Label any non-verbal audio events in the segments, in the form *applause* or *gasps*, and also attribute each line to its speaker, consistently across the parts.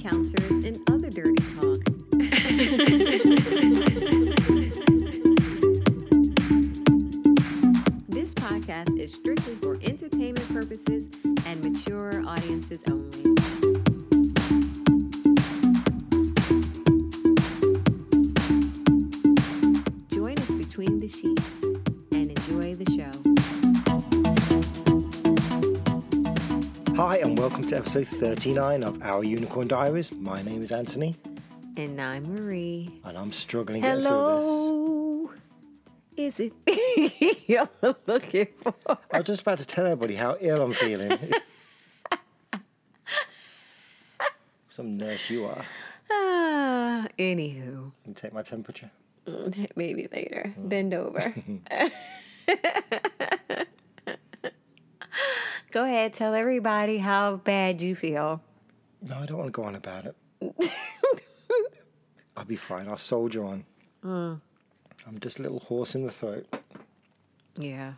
Speaker 1: counselors, and other dirty talk. this podcast is strictly for entertainment purposes and mature audiences only. Join us between the sheets and enjoy the show.
Speaker 2: Hi, and welcome to episode 39 of Our Unicorn Diaries. My name is Anthony,
Speaker 1: And I'm Marie.
Speaker 2: and I'm struggling getting through
Speaker 1: Hello. Is it *laughs* you're looking for?
Speaker 2: this. I was just about to tell everybody how ill I'm feeling. Some nurse you are.
Speaker 1: Ah, anywho,
Speaker 2: Can you take my temperature?
Speaker 1: maybe later. Bend over. *laughs* Go ahead, tell everybody how bad you feel.
Speaker 2: No, I don't want to go on about it. I'll be fine. I'll soldier on. I'm just a little horse in the throat.
Speaker 1: Yeah.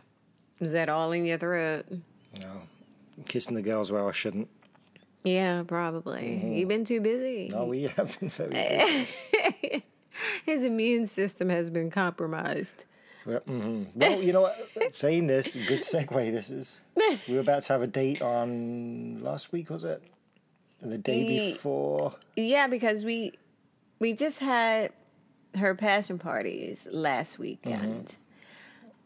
Speaker 1: Is that all in your throat?
Speaker 2: No, I'm kissing the girls where I shouldn't.
Speaker 1: Yeah, probably. You've been too busy.
Speaker 2: No, Oh, we have been very good.
Speaker 1: His immune system has been compromised.
Speaker 2: Well, mhm. Well, you know what? Saying this, good segue this is. We were about to have a date on last week, was it? The day
Speaker 1: Ye-
Speaker 2: before.
Speaker 1: Yeah, because we we just had her passion parties last weekend.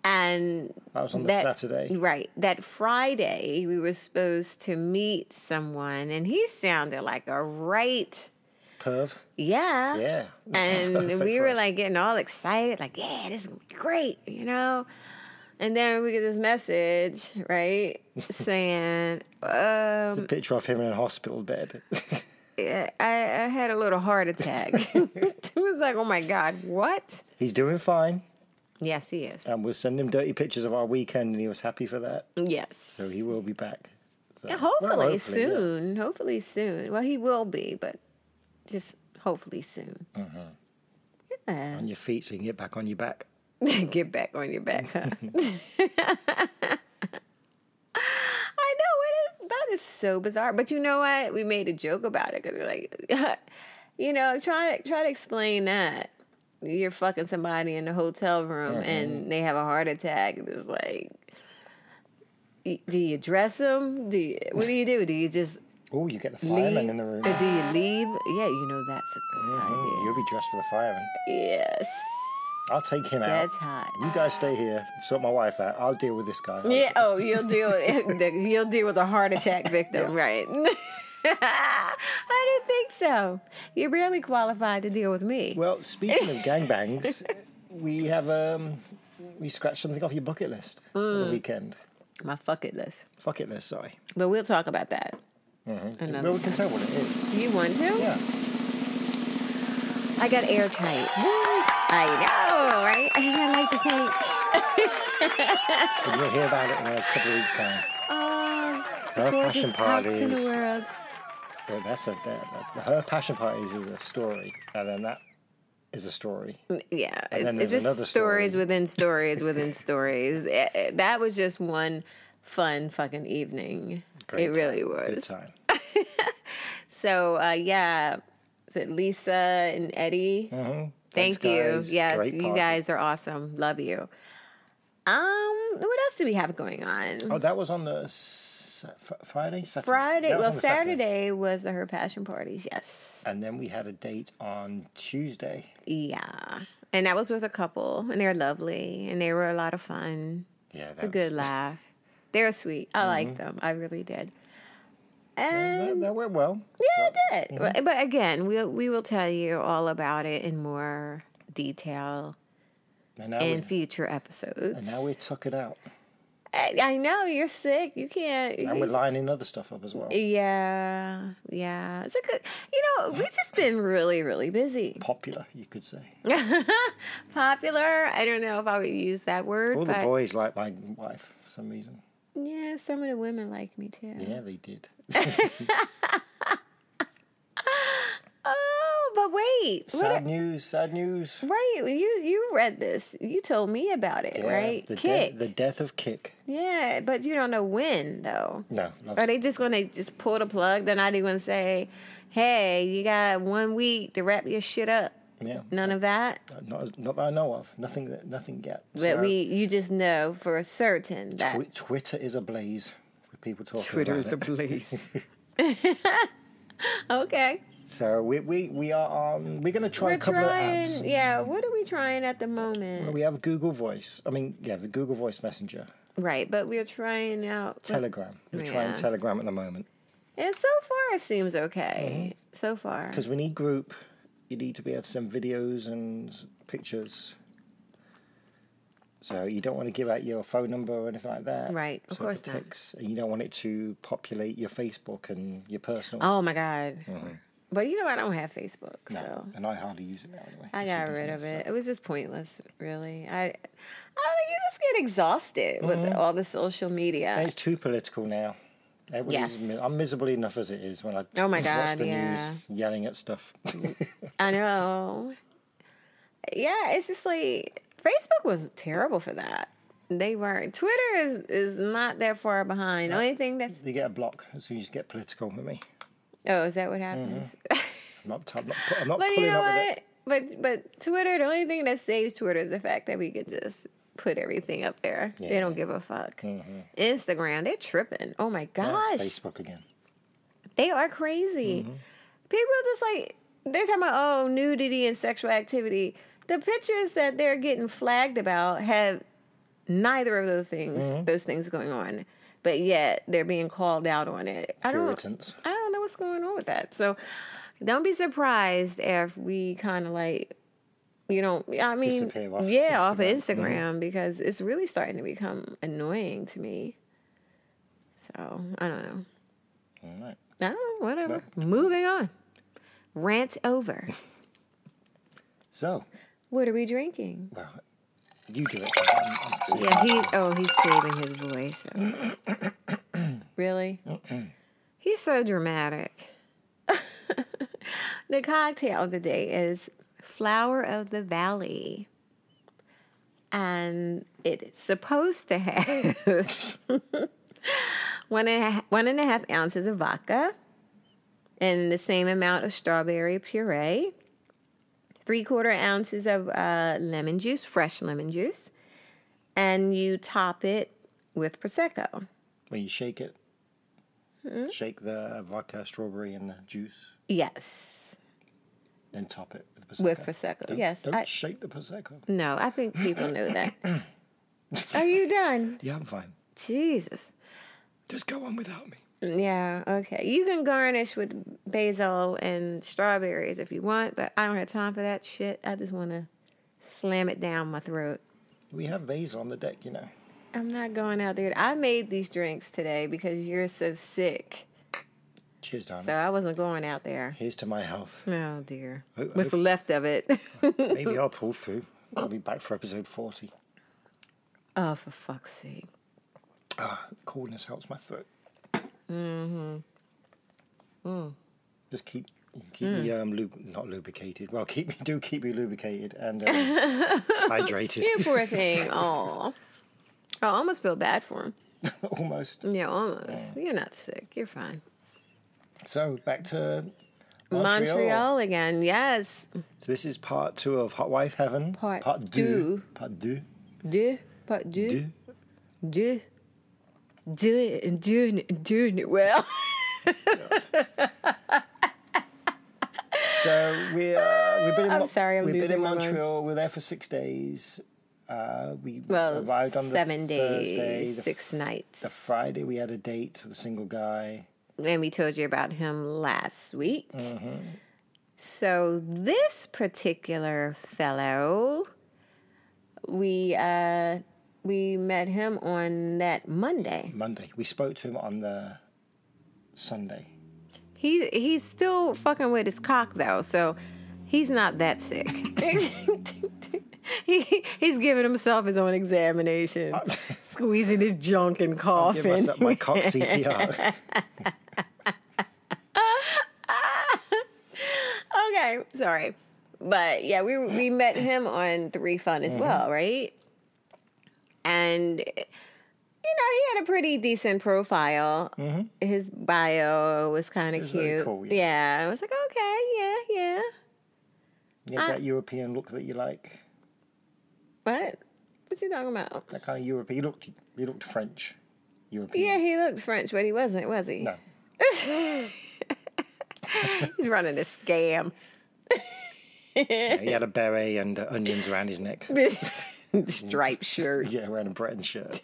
Speaker 1: And
Speaker 2: That was on the
Speaker 1: that
Speaker 2: Saturday.
Speaker 1: Right. That Friday we were supposed to meet someone and he sounded like a right
Speaker 2: Perv.
Speaker 1: yeah.
Speaker 2: Yeah. *laughs*
Speaker 1: And
Speaker 2: Perfect
Speaker 1: we
Speaker 2: for
Speaker 1: were
Speaker 2: us.
Speaker 1: like getting all excited, like, yeah, this is gonna be great, you know? And then we get this message, right? saying, um,
Speaker 2: Picture of him in a hospital bed. *laughs*
Speaker 1: I, I had a little heart *laughs* attack. it was like, oh my God, what?
Speaker 2: He's doing fine,
Speaker 1: Yes, he is.
Speaker 2: and we'll send him dirty pictures of our weekend, and he was happy for that.
Speaker 1: Yes.
Speaker 2: So he will be back. So-
Speaker 1: Yeah,
Speaker 2: well,
Speaker 1: hopefully,
Speaker 2: yeah.
Speaker 1: soon. Hopefully soon. Well, he will be, but just hopefully soon.
Speaker 2: On your feet, so you can get back on your back.
Speaker 1: Yeah. *laughs* Get back on your back,
Speaker 2: *laughs*
Speaker 1: huh? *laughs* I know. It is, that is so bizarre. But you know what? We made a joke about it because we're like, *laughs* you know, try, to try to explain that. You're fucking somebody in the hotel room
Speaker 2: Mm-hmm.
Speaker 1: and they have a heart attack. And it's like, y- do you dress them? Do you, what do you do? Do you just
Speaker 2: Oh, you get the
Speaker 1: leave?
Speaker 2: fireman in the room.
Speaker 1: Or do you leave? Yeah, you know that's a good
Speaker 2: Mhm, You'll be dressed for the fireman.
Speaker 1: idea. Yes,
Speaker 2: I'll take him out.
Speaker 1: that's hot.
Speaker 2: You guys stay here, sort my wife out. I'll deal with this guy.
Speaker 1: Yeah.
Speaker 2: *laughs*
Speaker 1: Oh, you'll deal with *laughs* the- you'll deal with a heart attack victim, right? *laughs* I don't think so. You're barely qualified to deal with me.
Speaker 2: Well, speaking of
Speaker 1: *laughs*
Speaker 2: gangbangs, we have um, we scratched something off your bucket list
Speaker 1: Mm.
Speaker 2: for the weekend.
Speaker 1: My fuck it list.
Speaker 2: Fuck it list, sorry.
Speaker 1: But we'll talk about that. Another
Speaker 2: Well, we can tell what it is.
Speaker 1: You want to?
Speaker 2: Yeah.
Speaker 1: I got
Speaker 2: *gasps*
Speaker 1: airtight. I know, right? *laughs* And I like to think.
Speaker 2: But you'll hear about it in a couple of weeks' time.
Speaker 1: Um,
Speaker 2: Her
Speaker 1: gorgeous
Speaker 2: passion
Speaker 1: cocks in the
Speaker 2: parties.
Speaker 1: world.
Speaker 2: Well, that's a that, that- her passion parties is a story, and then that is a story.
Speaker 1: Yeah,
Speaker 2: then
Speaker 1: it's, it's
Speaker 2: there's
Speaker 1: just
Speaker 2: another
Speaker 1: stories
Speaker 2: story.
Speaker 1: within stories within stories. *laughs* Eh, eh, That was just one fun fucking evening.
Speaker 2: Great
Speaker 1: it really
Speaker 2: time.
Speaker 1: was.
Speaker 2: Good time.
Speaker 1: So uh, yeah, is it Lisa and Eddie? Thank
Speaker 2: Mm-hmm. Thanks,
Speaker 1: you.
Speaker 2: guys.
Speaker 1: Yes,
Speaker 2: Great
Speaker 1: you
Speaker 2: party.
Speaker 1: guys are awesome. Love you. Um, what else do we have going on?
Speaker 2: Oh, that was on the s- fr- Friday, Saturday.
Speaker 1: Friday.
Speaker 2: That was
Speaker 1: Well,
Speaker 2: on the Saturday.
Speaker 1: Saturday was her passion parties. Yes.
Speaker 2: And then we had a date on Tuesday.
Speaker 1: Yeah. And that was with a couple, and they're lovely, and they were a lot of fun.
Speaker 2: Yeah,
Speaker 1: A
Speaker 2: that
Speaker 1: good
Speaker 2: was,
Speaker 1: laugh. They're sweet. I
Speaker 2: Mm-hmm.
Speaker 1: like them. I really did. And
Speaker 2: that, that went well.
Speaker 1: yeah, I
Speaker 2: Mm-hmm.
Speaker 1: did. But- But again, we will we will tell you all about it in more detail
Speaker 2: And now,
Speaker 1: in
Speaker 2: we,
Speaker 1: future episodes.
Speaker 2: now we're tucking out.
Speaker 1: I, I know you're sick. You can't.
Speaker 2: And we're lining other stuff up as well.
Speaker 1: yeah, yeah. It's a good. You know, we've just been really, really busy.
Speaker 2: Popular, you could say.
Speaker 1: Popular. I don't know if I would use that word,
Speaker 2: All Oh, the
Speaker 1: but
Speaker 2: boys like my wife for some reason.
Speaker 1: yeah, some of the women like me too.
Speaker 2: Yeah, they did.
Speaker 1: Oh, but wait. What
Speaker 2: Sad news, sad news.
Speaker 1: Right, you you read this. You told me about it,
Speaker 2: Yeah,
Speaker 1: right?
Speaker 2: The, de-
Speaker 1: Kick.
Speaker 2: the death of Kick.
Speaker 1: yeah, but you don't know when though.
Speaker 2: No, not
Speaker 1: Are they just gonna just pull the plug? They're not even gonna say, hey, you got one week to wrap your shit up.
Speaker 2: Yeah.
Speaker 1: None of that.
Speaker 2: Not, as- not that I know of. Nothing that nothing yet.
Speaker 1: But we, you just know for certain that
Speaker 2: Twi- Twitter is ablaze with people talking
Speaker 1: Twitter
Speaker 2: about
Speaker 1: is
Speaker 2: *laughs* it.
Speaker 1: *laughs* ablaze. okay.
Speaker 2: So we, we, we are on. We're going to try
Speaker 1: We're
Speaker 2: a couple
Speaker 1: trying.
Speaker 2: of apps.
Speaker 1: Yeah, what are we trying at the moment?
Speaker 2: We have Google Voice. I mean, yeah, the Google Voice Messenger,
Speaker 1: Right, but we're trying out.
Speaker 2: Telegram. We're trying
Speaker 1: Yeah.
Speaker 2: Telegram at the moment
Speaker 1: And so far, it seems okay.
Speaker 2: Mm-hmm.
Speaker 1: So far.
Speaker 2: because we need group. You need to be able to send videos and pictures. So you don't want to give out your phone number or anything like that.
Speaker 1: Right, of
Speaker 2: So it
Speaker 1: course not.
Speaker 2: protects- And you don't want it to populate your Facebook and your personal.
Speaker 1: Oh my God. But you know, I don't have Facebook,
Speaker 2: Mm-hmm. No,
Speaker 1: so.
Speaker 2: And I hardly use it now anyway.
Speaker 1: I
Speaker 2: It's
Speaker 1: got
Speaker 2: for
Speaker 1: rid of
Speaker 2: business,
Speaker 1: it. It was just pointless, really. I, I don't know, you just get exhausted
Speaker 2: Mm-hmm.
Speaker 1: with all the social media.
Speaker 2: It's too political now. Everybody's
Speaker 1: Yes.
Speaker 2: mi- I'm miserable enough as it is when I
Speaker 1: Oh my
Speaker 2: *laughs* watch
Speaker 1: God,
Speaker 2: the
Speaker 1: yeah.
Speaker 2: news yelling at stuff. *laughs*
Speaker 1: I know. Yeah, it's just like Facebook was terrible for that. They weren't. Twitter is is not that far behind. Only thing that's
Speaker 2: you get a block as soon as you get political with me.
Speaker 1: oh, is that what happens?
Speaker 2: I'm not, I'm not, pu- I'm
Speaker 1: *laughs*
Speaker 2: not
Speaker 1: but
Speaker 2: pulling
Speaker 1: you know
Speaker 2: up with it.
Speaker 1: what? But but Twitter, the only thing that saves Twitter is the fact that we could just put everything up there. They don't give a fuck. Instagram, they're tripping. Oh my
Speaker 2: Oh,
Speaker 1: gosh,
Speaker 2: Facebook again.
Speaker 1: they are crazy.
Speaker 2: Mm-hmm.
Speaker 1: People are just like they're talking about oh nudity and sexual activity. The pictures that they're getting flagged about have neither of those things
Speaker 2: Mm-hmm.
Speaker 1: those things going on. But yet they're being called out on it. I don't
Speaker 2: Irritants.
Speaker 1: I don't know what's going on with that. So don't be surprised if we kind of like you know, I mean,
Speaker 2: Disappear off
Speaker 1: yeah, off of
Speaker 2: Instagram. Mm-hmm.
Speaker 1: Instagram because it's really starting to become annoying to me. So I don't know.
Speaker 2: All right.
Speaker 1: Oh, whatever. Moving on. Rant over.
Speaker 2: So,
Speaker 1: What are we drinking?
Speaker 2: well, you do it. I'm- I'm-
Speaker 1: Yeah, he. Oh, he's saving his voice. Oh. really? he's so dramatic. *laughs* the cocktail of the day is Flower of the Valley. And it's supposed to have *laughs* one, and a half, one and a half ounces of vodka and the same amount of strawberry puree, three quarter ounces of uh, lemon juice, fresh lemon juice, and you top it with prosecco.
Speaker 2: When you shake it,
Speaker 1: Hmm?
Speaker 2: shake the vodka, strawberry, and the juice,
Speaker 1: Yes,
Speaker 2: then top it with prosecco.
Speaker 1: with prosecco.
Speaker 2: Don't-
Speaker 1: yes.
Speaker 2: Don't
Speaker 1: I,
Speaker 2: shake the prosecco.
Speaker 1: no, I think people know
Speaker 2: *coughs*
Speaker 1: that. Are you done?
Speaker 2: Yeah, I'm fine.
Speaker 1: Jesus.
Speaker 2: Just go on without me.
Speaker 1: Yeah, okay. You can garnish with basil and strawberries if you want, but I don't have time for that shit. I just want to slam it down my throat.
Speaker 2: We have basil on the deck, you know.
Speaker 1: I'm not going out there. I made these drinks today because you're so sick.
Speaker 2: Cheers, darling.
Speaker 1: So I wasn't going out there.
Speaker 2: Here's to my health.
Speaker 1: *laughs* Oh dear.
Speaker 2: Ho-
Speaker 1: What's left of
Speaker 2: *laughs*
Speaker 1: it?
Speaker 2: Maybe I'll pull through. I'll be back for episode 40.
Speaker 1: oh, for fuck's sake.
Speaker 2: Ah, coolness helps my throat. Mm-hmm.
Speaker 1: Mm-hmm. Mm.
Speaker 2: Just keep keep me um lub- not lubricated. Well, keep me do keep me lubricated
Speaker 1: *laughs*
Speaker 2: and um, hydrated.
Speaker 1: You poor
Speaker 2: *laughs*
Speaker 1: thing. Oh. I almost feel bad for him.
Speaker 2: *laughs* Almost.
Speaker 1: Yeah, almost. You're not sick. You're fine.
Speaker 2: So back to
Speaker 1: Montreal, again. Yes.
Speaker 2: So this is part two of Hot Wife Heaven.
Speaker 1: Part
Speaker 2: two.
Speaker 1: two.
Speaker 2: Part two.
Speaker 1: Do, but do,
Speaker 2: Do.
Speaker 1: do, do it and doing it and doing it well.
Speaker 2: So we uh, we've been in,
Speaker 1: I'm
Speaker 2: Mon-
Speaker 1: sorry, I'm
Speaker 2: we've been
Speaker 1: losing
Speaker 2: in
Speaker 1: my mind.
Speaker 2: Montreal. We were there for six days. Uh, we
Speaker 1: Well,
Speaker 2: arrived on *laughs* the
Speaker 1: seven days,
Speaker 2: Thursday, the
Speaker 1: six nights.
Speaker 2: The Friday we had a date with a single guy.
Speaker 1: and we told you about him last week.
Speaker 2: Mm-hmm.
Speaker 1: So this particular fellow, we uh, we met him on that Monday.
Speaker 2: Monday. We spoke to him on the Sunday.
Speaker 1: He he's still fucking with his cock though, so he's not that
Speaker 2: *laughs*
Speaker 1: sick. *laughs* he he's giving himself his own examination, squeezing his junk and
Speaker 2: Give
Speaker 1: coughing.
Speaker 2: myself my cock CPR.
Speaker 1: *laughs* Okay, sorry. But yeah, we we met
Speaker 2: Mm-hmm.
Speaker 1: him on Three Fun as well, right? And you know, he had a pretty decent profile. His bio was kind of
Speaker 2: Mm-hmm. was very
Speaker 1: cute.
Speaker 2: cool,
Speaker 1: yeah. I was like, okay, yeah, yeah.
Speaker 2: You
Speaker 1: Ah.
Speaker 2: have that European look that you like.
Speaker 1: What? What's he talking about?
Speaker 2: That kind of European. You looked, you looked French. European.
Speaker 1: Yeah, he looked French, but he wasn't, was he?
Speaker 2: No.
Speaker 1: He's running a scam. *laughs*
Speaker 2: Yeah, he had a beret and uh, onions around his neck.
Speaker 1: Striped shirt.
Speaker 2: Yeah, wearing a Breton shirt.
Speaker 1: *laughs*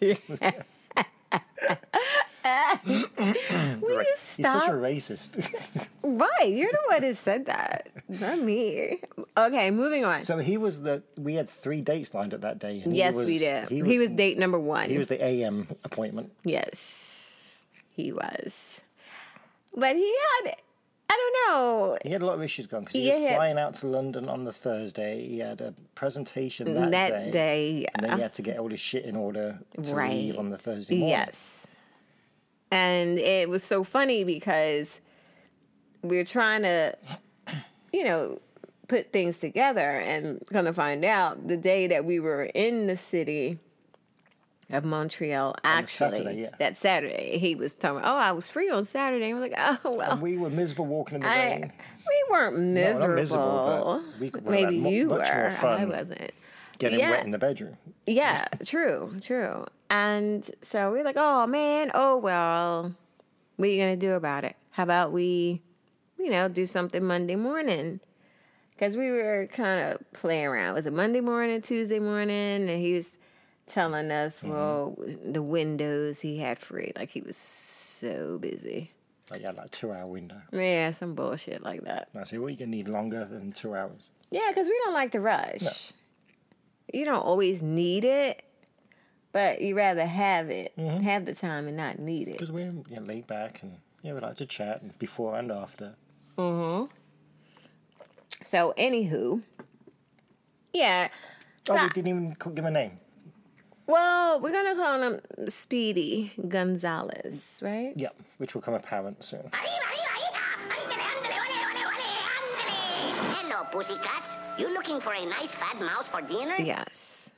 Speaker 2: *laughs*
Speaker 1: Will you
Speaker 2: He's such a
Speaker 1: stop?
Speaker 2: racist. *laughs*
Speaker 1: Right, you're the one who said that, not me. Okay, moving on.
Speaker 2: so he was the. We had three dates lined up that day. and he
Speaker 1: yes,
Speaker 2: was-
Speaker 1: we did.
Speaker 2: He was,
Speaker 1: date number one.
Speaker 2: he was the AM appointment.
Speaker 1: yes, he was. But he had, I don't know.
Speaker 2: He had a lot of issues going because he
Speaker 1: Yeah.
Speaker 2: was flying out to London on the Thursday. He had a presentation
Speaker 1: That,
Speaker 2: that,
Speaker 1: day, Uh-huh.
Speaker 2: And then he had to get all his shit in order to
Speaker 1: Right.
Speaker 2: leave on the Thursday morning.
Speaker 1: Yes. And it was so funny because we were trying to, you know, put things together and gonna find out the day that we were in the city of Montreal, actually,
Speaker 2: Saturday, yeah.
Speaker 1: that Saturday, he was telling me, oh, I was free on Saturday. I'm like, oh, well,
Speaker 2: We were miserable walking in the
Speaker 1: I,
Speaker 2: rain,
Speaker 1: we weren't
Speaker 2: not
Speaker 1: miserable.
Speaker 2: miserable, but we could- would've had
Speaker 1: Maybe
Speaker 2: mu-
Speaker 1: you
Speaker 2: much more
Speaker 1: were. I
Speaker 2: fun.
Speaker 1: wasn't.
Speaker 2: getting
Speaker 1: yeah.
Speaker 2: wet in the bedroom.
Speaker 1: Yeah, true, true. And so we're like, oh man, oh well, what are you gonna do about it? How about we, you know, do something Monday morning? Because we were kind of playing around. Was it Monday morning, Tuesday morning? And he was telling us, well, the windows he had free. Like he was so busy.
Speaker 2: Like, yeah, like two hour window.
Speaker 1: Yeah, some bullshit like that.
Speaker 2: And I say, well, you're going to need longer than two hours.
Speaker 1: Yeah, because we don't like to rush. You don't always need it, but you rather have it,
Speaker 2: Mm-hmm.
Speaker 1: have the time and not need it.
Speaker 2: Because we're you know, laid back and yeah, we like to chat and before and after.
Speaker 1: Mm-hmm. So, anywho, yeah. So,
Speaker 2: oh, we didn't even call- give him a name.
Speaker 1: well, we're gonna call him Speedy Gonzalez, right?
Speaker 2: Yeah, which will come apparent soon.
Speaker 3: Arriba, arriba, hija. Ándele, ándele, ole, ole, ole, ándele. Hello, pussycat. You looking for a nice fat mouse for dinner?
Speaker 1: Yes.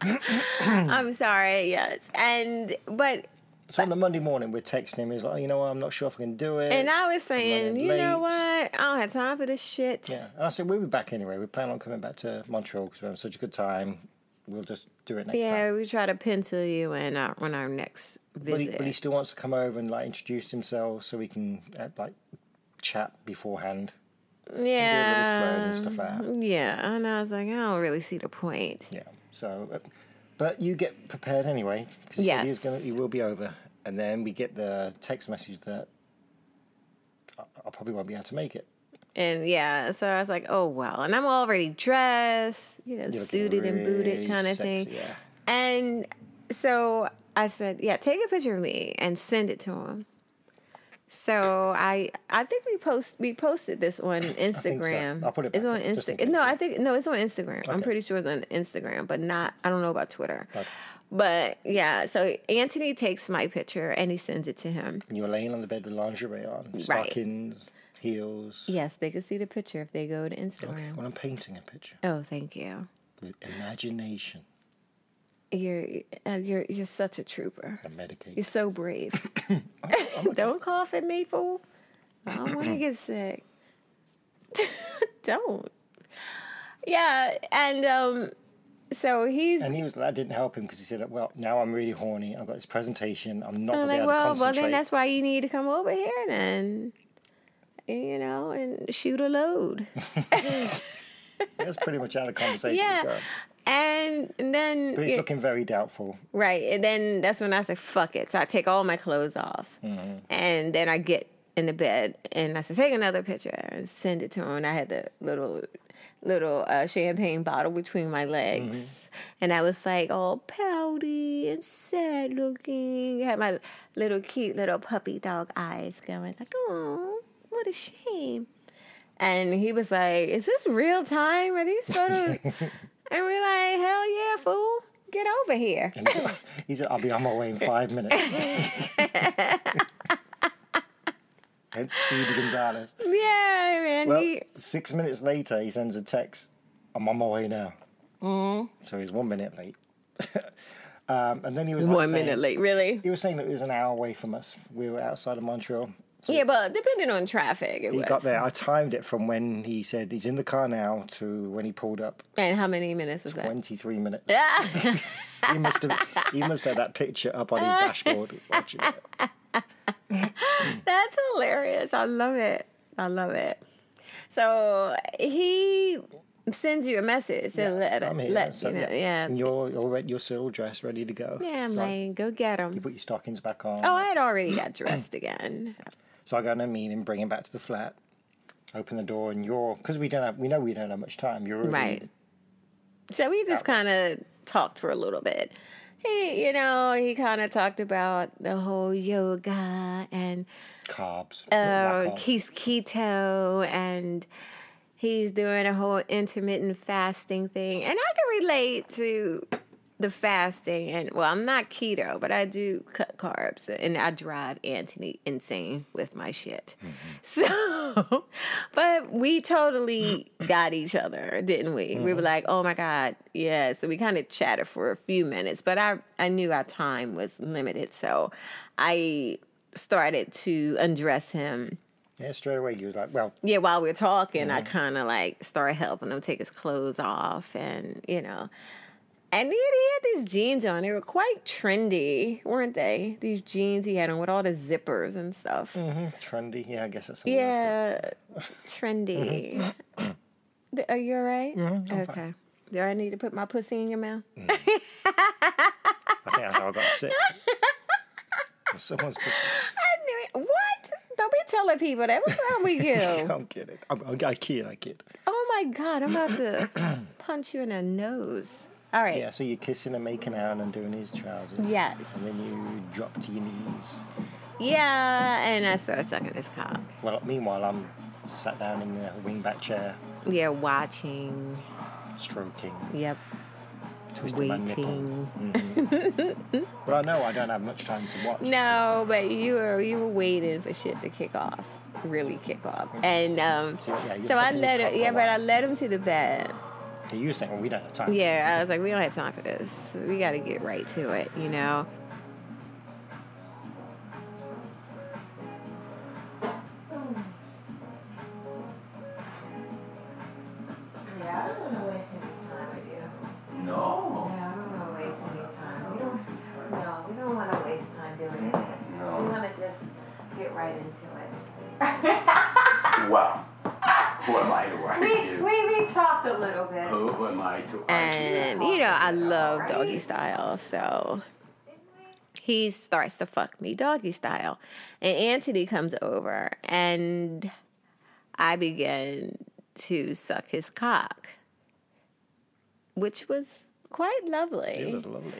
Speaker 1: I'm sorry. Yes, and but
Speaker 2: So on the Monday morning, we're texting him. He's like, oh, you know what? I'm not sure if I can do it.
Speaker 1: and I was saying,
Speaker 2: running
Speaker 1: you know what?
Speaker 2: late.
Speaker 1: I don't have time for this shit.
Speaker 2: yeah. And I said, we'll be back anyway. We plan on coming back to Montreal because we're having such a good time. We'll just do it next time.
Speaker 1: Yeah, we try to pencil you in uh, on our next
Speaker 2: But he,
Speaker 1: visit.
Speaker 2: but he still wants to come over and like introduce himself so we can uh, like chat beforehand, do a little flirt
Speaker 1: yeah,
Speaker 2: and stuff like that.
Speaker 1: yeah. And I was like, I don't really see the point.
Speaker 2: Yeah. So, uh, but you get prepared anyway because he said
Speaker 1: Yes.
Speaker 2: he's gonna he will be over, and then we get the text message that I, I probably won't be able to make it.
Speaker 1: And yeah, so I was like, oh well. And I'm already dressed, you know,
Speaker 2: You're looking
Speaker 1: suited and booted
Speaker 2: really
Speaker 1: kind of
Speaker 2: sexy,
Speaker 1: thing.
Speaker 2: Yeah.
Speaker 1: And so I said, yeah, take a picture of me and send it to him. So I I think we post we posted this on
Speaker 2: think so.
Speaker 1: Instagram.
Speaker 2: I'll put it
Speaker 1: It's
Speaker 2: back
Speaker 1: on
Speaker 2: up, just in
Speaker 1: Instagram.
Speaker 2: case.
Speaker 1: No, I think no, it's on Instagram. I'm
Speaker 2: Okay.
Speaker 1: pretty sure it's on Instagram, but not I don't know about Twitter. But yeah, so Anthony takes my picture and he sends it to him.
Speaker 2: And you were laying on the bed with lingerie on, stockings, heels.
Speaker 1: Yes, they can see the picture if they go to Instagram.
Speaker 2: Well, I'm painting a picture
Speaker 1: Oh, thank you.
Speaker 2: with imagination
Speaker 1: You're uh, you're you're such a trooper.
Speaker 2: and medication.
Speaker 1: You're so brave.
Speaker 2: *coughs*
Speaker 1: Don't cough at me, fool. I don't want to get sick. *laughs* Don't. Yeah, and um, so he's
Speaker 2: And he was that didn't help him because he said, "Well, now I'm really horny. I've got this presentation. I'm not
Speaker 1: I'm
Speaker 2: going to be
Speaker 1: like,
Speaker 2: able
Speaker 1: well,
Speaker 2: to
Speaker 1: well,
Speaker 2: concentrate."
Speaker 1: then that's why you need to come over here then, you know, and shoot a load.
Speaker 2: That's pretty much how
Speaker 1: *laughs*
Speaker 2: the conversation was
Speaker 1: yeah,
Speaker 2: going.
Speaker 1: and then
Speaker 2: But he's
Speaker 1: yeah,
Speaker 2: looking very doubtful.
Speaker 1: right, and then that's when I said, fuck it. So I take all my clothes off, and then I get in the bed and I said, take another picture and send it to him. And I had the little little uh, champagne bottle between my legs. And I was like all pouty and sad looking. had my little cute little puppy dog eyes going like, oh, what a shame. And he was like, is this real time? Are these photos? and we're like, hell yeah, fool. Get over here.
Speaker 2: And *laughs* he's, he said, "I'll be on my way in
Speaker 1: *laughs*
Speaker 2: five minutes." Hence, Speedy Gonzalez.
Speaker 1: Yeah, man.
Speaker 2: Well,
Speaker 1: he,
Speaker 2: six minutes later, he sends a text, "I'm on my way now." Mm. So he's one minute late. *laughs* um, and then he was like,
Speaker 1: One
Speaker 2: saying-
Speaker 1: minute late, really?
Speaker 2: He was saying that it was an hour away from us. We were outside of Montreal.
Speaker 1: Yeah, but depending on traffic, it
Speaker 2: He
Speaker 1: was.
Speaker 2: got there. I timed it from when he said he's in the car now to when he pulled up.
Speaker 1: And how many minutes was that?
Speaker 2: Twenty three minutes.
Speaker 1: Yeah.
Speaker 2: He must have. he must have that picture up on his dashboard. Watching it.
Speaker 1: *laughs* That's hilarious. I love it. I love it. So he sends you a message to *laughs* let,
Speaker 2: I'm here.
Speaker 1: let
Speaker 2: so,
Speaker 1: you know, yeah.
Speaker 2: And you're all re- you're still dressed, ready to go.
Speaker 1: Yeah, I'm
Speaker 2: so I
Speaker 1: like, go get him.
Speaker 2: put your stockings back on.
Speaker 1: Oh, I had already got dressed
Speaker 2: *clears throat*
Speaker 1: again.
Speaker 2: So I go and I meet him, bring him back to the flat, open the door, and you're because we don't have we know we don't have much time. You're already,
Speaker 1: Right. So we just kind of talked for a little bit. He, you know, he kind of talked about the whole yoga and
Speaker 2: carbs.
Speaker 1: uh,
Speaker 2: Whack off.
Speaker 1: he's keto and he's doing a whole intermittent fasting thing. And I can relate to the fasting. And well, I'm not keto, but I do cut carbs and I drive Anthony insane with my shit. *laughs* So, but we totally got each other, didn't we? We were like, oh my God, yeah. So we kind of chatted for a few minutes, but I, I knew our time was limited. So I started to undress him
Speaker 2: yeah, straight away he was like, "Well,
Speaker 1: yeah, while we're talking, I kind of like started helping him take his clothes off, and you know, and he, he had these jeans on. They were quite trendy, weren't they? These jeans he had on with all the zippers and stuff.
Speaker 2: trendy." Yeah, I guess that's a word.
Speaker 1: Yeah, trendy. Th- Are you all right? okay. Do I need to put my pussy in your mouth?
Speaker 2: I think that's how I got sick. Someone's.
Speaker 1: I knew it. What? Don't be telling people that. What's wrong with you?
Speaker 2: *laughs* I'm kidding. I'm, I'm, I kid. I kid.
Speaker 1: oh my God, I'm about to punch you in the nose. All right.
Speaker 2: Yeah, so you're kissing and making out and doing his trousers.
Speaker 1: Yes.
Speaker 2: And then you drop to your knees.
Speaker 1: Yeah, and I started sucking his cock.
Speaker 2: Well, meanwhile, I'm sat down in the wingback chair,
Speaker 1: Yeah, watching.
Speaker 2: stroking,
Speaker 1: Yep,
Speaker 2: twisting my Mm-hmm. nipple.
Speaker 1: waiting.
Speaker 2: But I know I don't have much time to watch.
Speaker 1: No, but you were you were waiting for shit to kick off, really kick off. And um,
Speaker 2: So, yeah, you're
Speaker 1: so I
Speaker 2: sucking his
Speaker 1: led
Speaker 2: cock
Speaker 1: him.
Speaker 2: for a
Speaker 1: Yeah, but
Speaker 2: while.
Speaker 1: I led him to the bed.
Speaker 2: So You were saying, well, we don't have time.
Speaker 1: Yeah, I was like, we don't have time for this. We got to get right to it, you know. Yeah, I don't want to waste any time with you.
Speaker 4: No.
Speaker 1: Yeah, I don't want to waste any time. We don't, no, we don't want to waste time doing it. We
Speaker 4: No.
Speaker 1: want to just get right into it.
Speaker 4: Well, uh, who am I to argue?
Speaker 1: We, we, we talked a little bit.
Speaker 4: Who am I to argue?
Speaker 1: And, you know, I love doggy style, so he starts to fuck me doggy style. And Anthony comes over, and I begin to suck his cock, which was quite lovely.
Speaker 2: It
Speaker 1: *laughs*
Speaker 2: was lovely.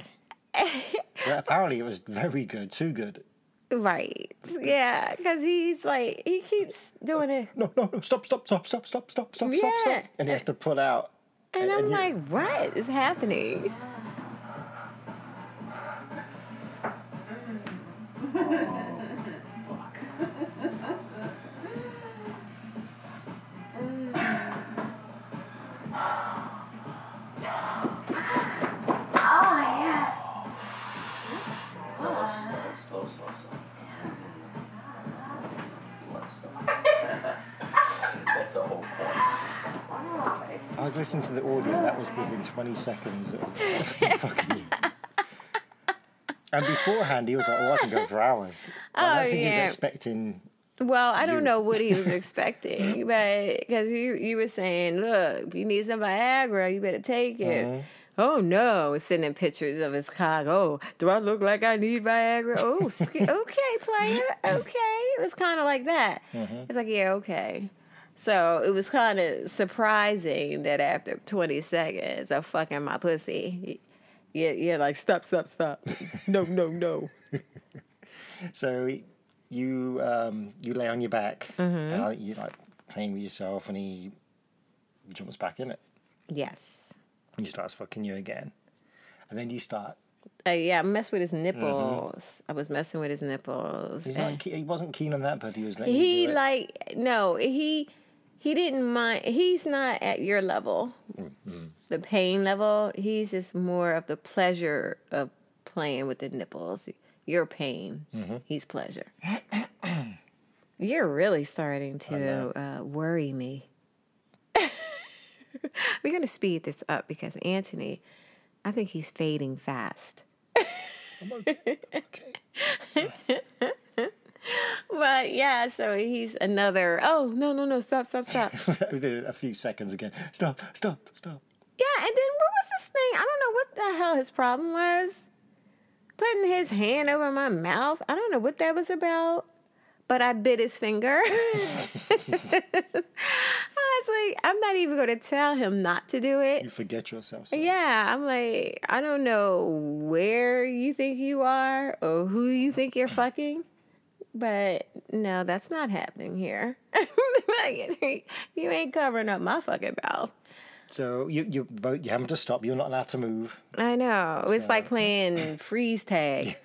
Speaker 2: but apparently, it was very good, too good.
Speaker 1: Right. Yeah, because he's like he keeps doing it,
Speaker 2: No, no, no, stop, stop, stop, stop, stop, stop, stop, stop, stop.
Speaker 1: Yeah.
Speaker 2: And he has to pull out.
Speaker 1: and I'm
Speaker 2: you-
Speaker 1: like, what is happening?
Speaker 4: Slow, slow, slow, slow, slow. You want to stop. That's the whole point.
Speaker 2: I was listening to the audio. That was within 20 seconds of *laughs* fucking. And beforehand, he was like, "Oh, I can go for hours." I
Speaker 1: Oh,
Speaker 2: don't think he
Speaker 1: yeah.
Speaker 2: was expecting.
Speaker 1: Well, I don't
Speaker 2: You-
Speaker 1: know what he was expecting, but because you you were saying, look, if you need some Viagra, you better take it. Oh no, sending pictures of his cock. Oh, do I look like I need Viagra? Oh, sk- okay, player. Okay, it was kind of like that. It's like yeah, okay. So it was kind of surprising that after 20 seconds of fucking my pussy, yeah, yeah, like stop, stop, stop. No, no, no.
Speaker 2: So he- you um, you lay on your back,
Speaker 1: Mm-hmm.
Speaker 2: and I think you like playing with yourself, and he jumps back in it,
Speaker 1: Yes.
Speaker 2: and he starts fucking you again, and then you start.
Speaker 1: Uh, yeah, I messed with his nipples. I was messing with his nipples.
Speaker 2: Mm-hmm. He's
Speaker 1: and
Speaker 2: not. He wasn't keen on that, but he was letting you
Speaker 1: Eh. he
Speaker 2: do it. Mm-hmm.
Speaker 1: like no, he he didn't mind. He's not at your level. the pain level. He's just more of the pleasure of playing with the nipples. Your pain.
Speaker 2: Mm-hmm.
Speaker 1: He's pleasure. *clears throat* You're really starting to uh, worry me. *laughs* We're going to speed this up because Anthony, I think he's fading fast.
Speaker 2: I'm okay. okay.
Speaker 1: But yeah, so he's another. Oh, no, no, no, stop, stop, stop.
Speaker 2: *laughs* we did it a few seconds again. Stop, stop, stop.
Speaker 1: Yeah, and then what was this thing? I don't know what the hell his problem was. Putting his hand over my mouth. I don't know what that was about, but I bit his finger. *laughs* I was like, I'm not even going to tell him not to do
Speaker 2: You
Speaker 1: it.
Speaker 2: forget yourself. sir.
Speaker 1: Yeah, I'm like, I don't know where you think you are or who you think you're fucking. But no, that's not happening here. *laughs* you ain't covering up my fucking mouth.
Speaker 2: So you you both you haven't to stop. You're not allowed to move.
Speaker 1: I know. It's like playing freeze tag.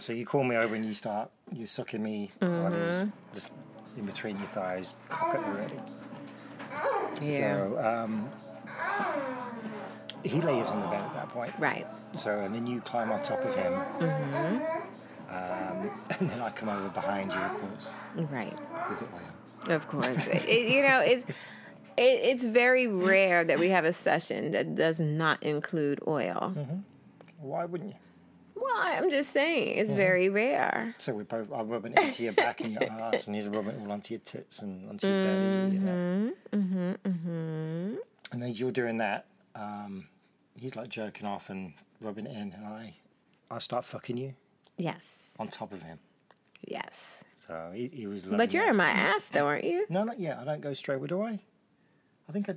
Speaker 2: So you call me over and you start you sucking me while he's just in between your thighs, cock at the ready.
Speaker 1: Yeah.
Speaker 2: So um, he lays on the bed at that point.
Speaker 1: Right.
Speaker 2: So and then you climb on top of him. Um, *laughs* and then I come over behind you, of course.
Speaker 1: Right.
Speaker 2: With it like,
Speaker 1: Of course. It- it- you know, it's it, it's very rare that we have a session that does not include oil.
Speaker 2: Why wouldn't you?
Speaker 1: Well, I'm just saying, it's very rare.
Speaker 2: So we both are rubbing it into your back and your
Speaker 1: *laughs*
Speaker 2: ass, and he's rubbing it all onto your tits and onto your belly. You know? Mm-hmm.
Speaker 1: mm-hmm.
Speaker 2: And then you're doing that. Um, he's like jerking off and rubbing it in, and I, I start fucking you
Speaker 1: Yes.
Speaker 2: on top of him.
Speaker 1: Yes.
Speaker 2: So he, he was. loving
Speaker 1: But you're
Speaker 2: that.
Speaker 1: in my ass, though, aren't you?
Speaker 2: No, not yet. I don't go straight. Where do I? I think I.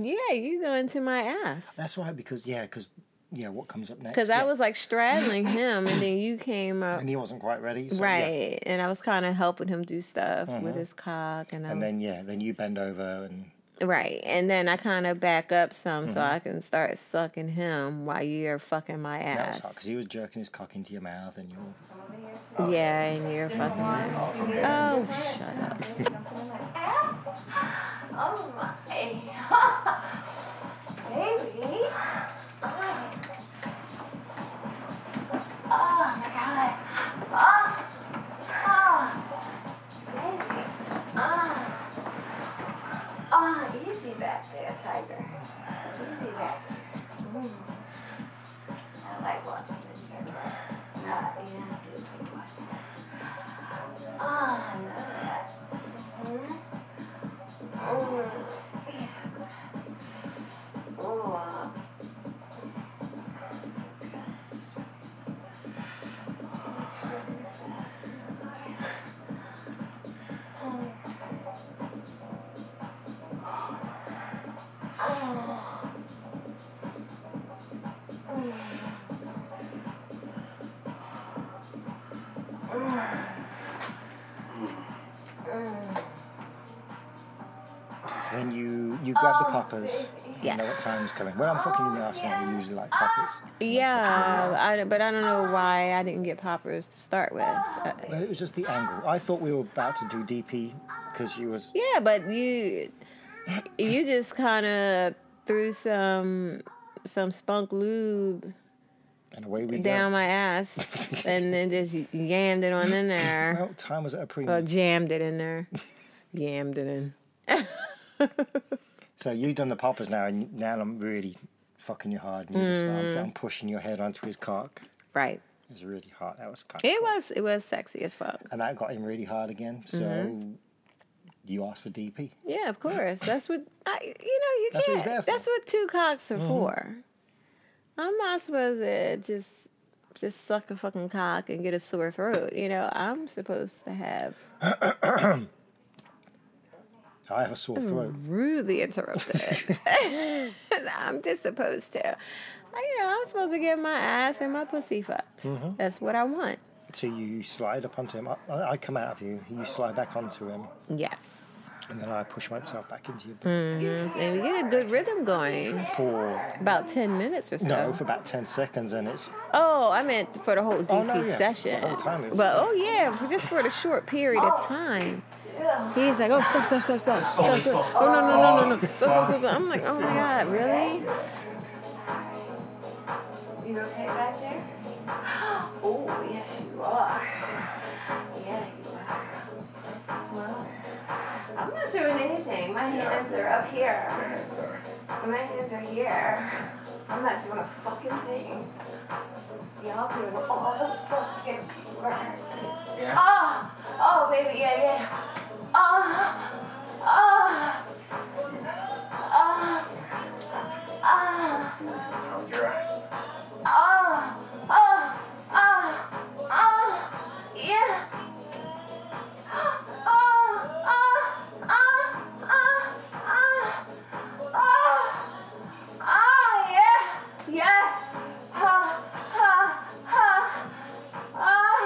Speaker 1: Yeah, you go into my ass.
Speaker 2: That's right. Because yeah, because yeah, what comes up next?
Speaker 1: Because
Speaker 2: yeah.
Speaker 1: I was like straddling
Speaker 2: *laughs*
Speaker 1: him, and then you came up.
Speaker 2: And he wasn't quite ready. So, yeah. Uh-huh.
Speaker 1: Right. And I was kind of helping him do stuff with his cock. And, I was
Speaker 2: And then yeah, then you bend over and
Speaker 1: Right. And then I kind of back up some so
Speaker 2: Mm-hmm.
Speaker 1: I can start sucking him while you're fucking my
Speaker 2: that was hot because
Speaker 1: ass.
Speaker 2: he was jerking his cock into your mouth and you're.
Speaker 1: Yeah, and you're fucking my Oh, shut up.
Speaker 5: Oh my. Baby. Oh my god. Oh. Oh. Baby. Oh. Oh, easy back there, Tiger. Easy back there. Mm. I like watching the turn. It's not, you don't have to keep watching. Oh, I love that. Mm. Oh, oh, uh.
Speaker 2: So then you you grab the
Speaker 5: Oh,
Speaker 2: poppers. You know what
Speaker 1: Yes.
Speaker 2: time's coming. When I'm fucking in the arsenal, I usually like poppers.
Speaker 1: Yeah, I, but I don't know why I didn't get poppers to start with. Uh,
Speaker 2: No, it was just the angle. I thought we were about to do DP because you was.
Speaker 1: yeah, but you you just kind of threw some some spunk lube
Speaker 2: And away we
Speaker 1: down
Speaker 2: go.
Speaker 1: my ass and then just yammed it on in there.
Speaker 2: Well, time was at a
Speaker 1: *laughs* Well,
Speaker 2: premium.
Speaker 1: jammed it in there. Yammed it in.
Speaker 2: so you've done the poppers now, and now I'm really fucking you hard. And you just, I'm, I'm pushing your head onto his cock.
Speaker 1: Right.
Speaker 2: It was really hard. That was kind of.
Speaker 1: It was it was sexy as fuck.
Speaker 2: And that got him really hard again. So you asked for DP.
Speaker 1: Yeah, of course. That's what I, you know. You
Speaker 2: That's what
Speaker 1: can't.
Speaker 2: he's there for. Mm-hmm.
Speaker 1: That's what two cocks are for. I'm not supposed to just just suck a fucking cock and get a sore throat. You know, I'm supposed to have
Speaker 2: I have a sore throat.
Speaker 1: rudely interrupted. *laughs* I'm just supposed to. I, you know, I'm supposed to get my ass and my pussy fucked.
Speaker 2: Mm-hmm.
Speaker 1: That's what I want.
Speaker 2: So you slide up onto him. I, I come out of you. You slide back onto him,
Speaker 1: Yes,
Speaker 2: and then I push myself back into your.
Speaker 1: and we get a good rhythm going.
Speaker 2: For
Speaker 1: About ten minutes or so.
Speaker 2: No, for about 10 seconds, and it's
Speaker 1: Oh, I meant for the whole DP
Speaker 2: Oh, no, yeah.
Speaker 1: session.
Speaker 2: The whole time it was-
Speaker 1: but oh yeah, for- just for the short period of time.
Speaker 5: yeah.
Speaker 1: He's like, oh, stop, stop, stop, stop, stop, stop. Oh, no, no, no, no, no. Stop, stop, stop, stop. I'm like, oh my God, really?
Speaker 5: You okay back there? *gasps* Oh, yes, you are. Yeah, you are. Let's smell it. I'm not doing anything. My hands are up here. My hands are here. I'm not doing a fucking thing. Y'all doing all the fucking work.
Speaker 4: Yeah.
Speaker 5: Oh, oh, baby, yeah, yeah. Oh, oh, oh, oh.
Speaker 4: Pound your ass.
Speaker 5: Oh, oh, oh, oh, yeah. Oh, oh, oh, oh, oh, oh, oh, yeah. Yes. Ha, ha, ha, ah.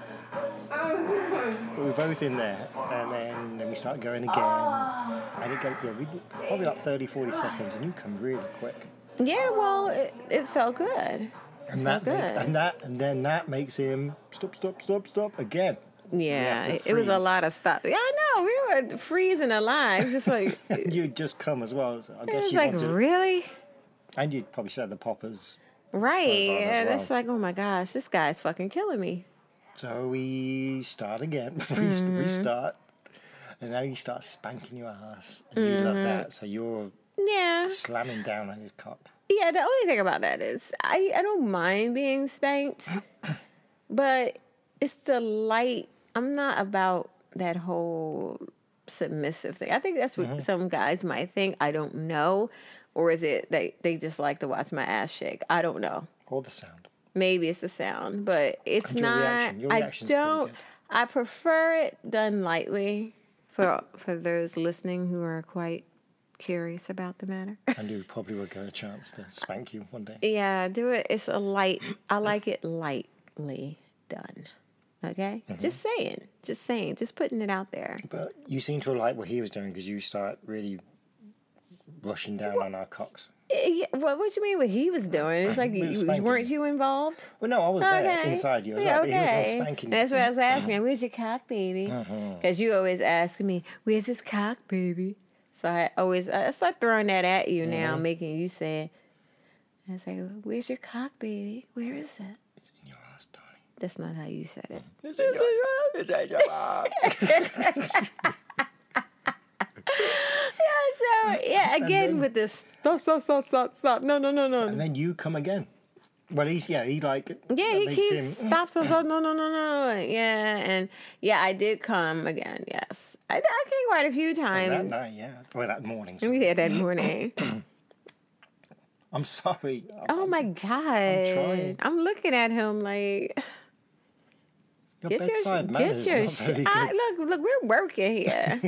Speaker 5: Mm.
Speaker 2: We were both in there, and then, then we started going again.
Speaker 5: Oh,
Speaker 1: Ah.
Speaker 2: And it goes, yeah, we did probably like 30, 40 seconds, and you come really quick.
Speaker 1: Yeah, well, it, it felt good.
Speaker 2: And that, make-
Speaker 1: good.
Speaker 2: and that, and then that makes him stop, stop, stop, stop again.
Speaker 1: Yeah,
Speaker 2: to
Speaker 1: it, it was a
Speaker 2: freeze.
Speaker 1: lot of stuff. Yeah, I know. We were freezing alive. Just
Speaker 2: *laughs*
Speaker 1: like, it
Speaker 2: You would just come as well. so I guess
Speaker 1: was
Speaker 2: you
Speaker 1: like,
Speaker 2: want to,
Speaker 1: really?
Speaker 2: and you'd probably said the poppers.
Speaker 1: Right.
Speaker 2: on as
Speaker 1: And
Speaker 2: well.
Speaker 1: it's like, oh my gosh, this guy's fucking killing me.
Speaker 2: So we start again. *laughs* we s-
Speaker 1: Mm-hmm.
Speaker 2: restart, and now you start spanking your ass, and you
Speaker 1: Mm-hmm.
Speaker 2: love that. So you're
Speaker 1: Yeah.
Speaker 2: slamming down on his cock.
Speaker 1: Yeah, the only thing about that is I, I don't mind being
Speaker 2: *coughs*
Speaker 1: spanked, but it's the light. I'm not about that whole submissive thing. I think that's
Speaker 2: Mm-hmm.
Speaker 1: what some guys might think. I don't know. Or is it they, they just like to watch my ass shake? I don't know.
Speaker 2: Or the sound.
Speaker 1: Maybe it's the sound, but it's
Speaker 2: And your
Speaker 1: not.
Speaker 2: reaction. Your
Speaker 1: I
Speaker 2: reaction's pretty
Speaker 1: don't.
Speaker 2: good.
Speaker 1: I prefer it done lightly for for those listening who are quite curious about the matter. *laughs*
Speaker 2: And you probably will get a chance to spank you one day.
Speaker 1: yeah, do it. It's a light. I like it lightly done. Okay,
Speaker 2: Mm-hmm.
Speaker 1: just saying, just saying, just putting it out there.
Speaker 2: But you seem to like what he was doing because you start really rushing down on our cocks.
Speaker 1: Eh, yeah, what what you mean? What he was doing? It's like
Speaker 2: We were
Speaker 1: you,
Speaker 2: Uh, spanking
Speaker 1: weren't you involved?
Speaker 2: Well, no, I was there inside you. as
Speaker 1: Yeah,
Speaker 2: well, but He was
Speaker 1: okay.
Speaker 2: on spanking. you. Mm-hmm. Uh-huh.
Speaker 1: That's what I was asking. Where's your cock, baby? Because you always ask me, "Where's this cock, baby?" So I always I start throwing that at you now, making you say, it. "I say, where's your cock, baby? Where is it?"
Speaker 2: It's in your ass, darling.
Speaker 1: That's not how you said it.
Speaker 2: It's in your, it's in your ass.
Speaker 1: Yeah, so yeah, again
Speaker 2: then-
Speaker 1: with this stop, stop, stop, stop, stop. No, no, no, no.
Speaker 2: And then you come again. Well, he's, yeah, he like.
Speaker 1: Yeah,
Speaker 2: that
Speaker 1: he
Speaker 2: makes
Speaker 1: keeps
Speaker 2: him- mm.
Speaker 1: stops us
Speaker 2: *laughs*
Speaker 1: up. No, no, no, no. Yeah, and yeah, I did come again. Yes, I, I came quite a few
Speaker 2: That
Speaker 1: times.
Speaker 2: night, yeah. Or that morning.
Speaker 1: We
Speaker 2: sorry.
Speaker 1: did that morning.
Speaker 2: I'm sorry.
Speaker 1: Oh my god! I'm,
Speaker 2: trying.
Speaker 1: looking at him like
Speaker 2: Your
Speaker 1: get your
Speaker 2: bedside
Speaker 1: sh-
Speaker 2: manner
Speaker 1: get
Speaker 2: is
Speaker 1: your
Speaker 2: not
Speaker 1: shit.
Speaker 2: very good. I,
Speaker 1: Look, look, we're
Speaker 2: *laughs*
Speaker 1: working here.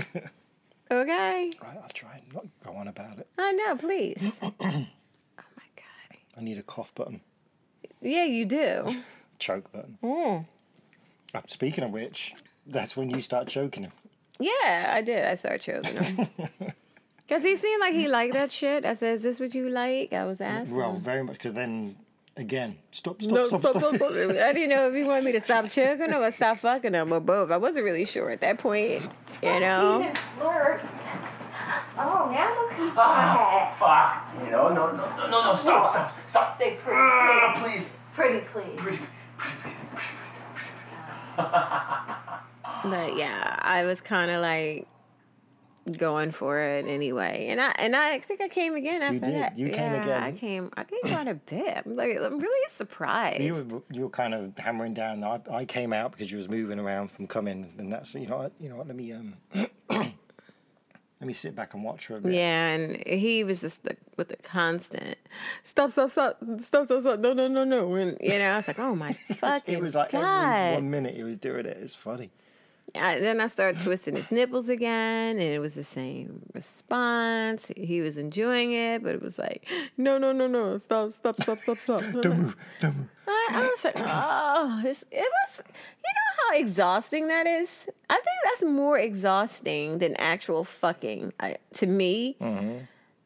Speaker 1: okay,
Speaker 2: I'll try and not go on about it.
Speaker 1: I know. Please. oh my god!
Speaker 2: I need a cough button,
Speaker 1: Yeah, you do.
Speaker 2: choke button.
Speaker 1: Mm.
Speaker 2: Uh, Speaking of which, that's when you start choking him.
Speaker 1: Yeah, I did. I started choking him.
Speaker 2: *laughs*
Speaker 1: Cause he seemed like he liked that shit. I said, "Is this what you like?" I was asking.
Speaker 2: Well, very much because then again, stop,
Speaker 1: Mm.
Speaker 2: stop,
Speaker 1: No,
Speaker 2: stop,
Speaker 1: stop,
Speaker 2: stop.
Speaker 1: stop, stop. I didn't know if you wanted me to stop choking him or stop fucking him or both. I wasn't really sure at that point. You know?
Speaker 5: Jesus, Lord. Oh, now look who's back.
Speaker 4: Fuck. You know, no, no, no, no, no. Stop, stop, stop.
Speaker 5: Say pretty,
Speaker 4: Ah,
Speaker 5: please.
Speaker 4: please.
Speaker 5: Pretty please.
Speaker 4: Pretty, pretty, please. Pretty, please.
Speaker 1: But yeah, I was kind of like going for it anyway, and I and I think I came again after
Speaker 2: did.
Speaker 1: that.
Speaker 2: You came
Speaker 1: yeah,
Speaker 2: again.
Speaker 1: I came. I came quite a bit. I'm like, I'm really surprised.
Speaker 2: *laughs* You were, you were kind of hammering down. I, I came out because you was moving around from coming, and that's you know what, you know what. Let me um, *clears throat* let me sit back and watch for a bit.
Speaker 1: Yeah, and he was just the, with the constant stop, stop, stop, stop, stop, stop, no, no, no, no. And you know, I was like, oh
Speaker 2: *laughs*
Speaker 1: my fucking
Speaker 2: It was like
Speaker 1: god.
Speaker 2: every one minute he was doing it. It's funny.
Speaker 1: I, then I started twisting his nipples again, and it was the same response. He was enjoying it, but it was like, no, no, no, no, stop, stop, stop, stop, stop.
Speaker 2: Don't move, don't move.
Speaker 1: I, I was like, oh, this, it was. You know how exhausting that is. I think that's more exhausting than actual fucking I, to me,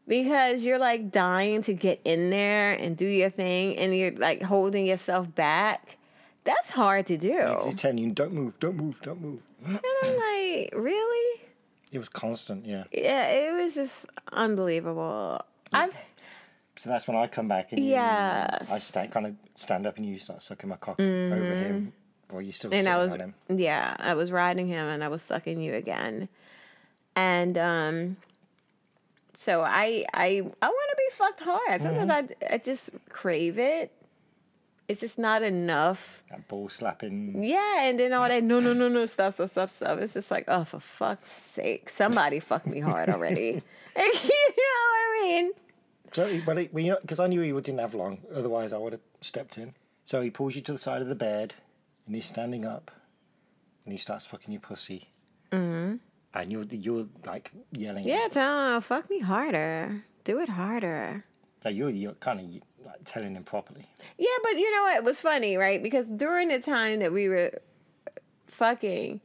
Speaker 1: because you're like dying to get in there and do your thing, and you're like holding yourself back. That's hard to do. Oh.
Speaker 2: He's telling you, don't move, don't move, don't move.
Speaker 1: And I'm like, really?
Speaker 2: It was constant, yeah.
Speaker 1: Yeah, it was just unbelievable. I've
Speaker 2: So that's when I come back and you-
Speaker 1: Yes. Mm.
Speaker 2: I stand, kind of stand up and you start sucking my cock over him. Or you still
Speaker 1: and
Speaker 2: sitting
Speaker 1: I was
Speaker 2: on him.
Speaker 1: yeah, I was riding him and I was sucking you again. And um so I I I want to be fucked hard. Sometimes
Speaker 2: Mm-hmm.
Speaker 1: I I just crave it. It's just not enough.
Speaker 2: That ball slapping.
Speaker 1: Yeah, and then all that no no no no stuff stuff stuff stuff. It's just like oh for fuck's sake, somebody fuck me hard
Speaker 2: *laughs*
Speaker 1: already. *laughs* Like, you know what I mean?
Speaker 2: So, he- well, because I knew he didn't have long, otherwise I would have stepped in. So he pulls you to the side of the bed, and he's standing up, and he starts fucking your pussy. Mm-hmm. And you're you're like yelling.
Speaker 1: Yeah, tell him fuck me harder. Do it harder.
Speaker 2: So you're you're kind of like telling him properly. *laughs*
Speaker 1: Yeah, but you know what? It was funny, right? Because during the time that we were fucking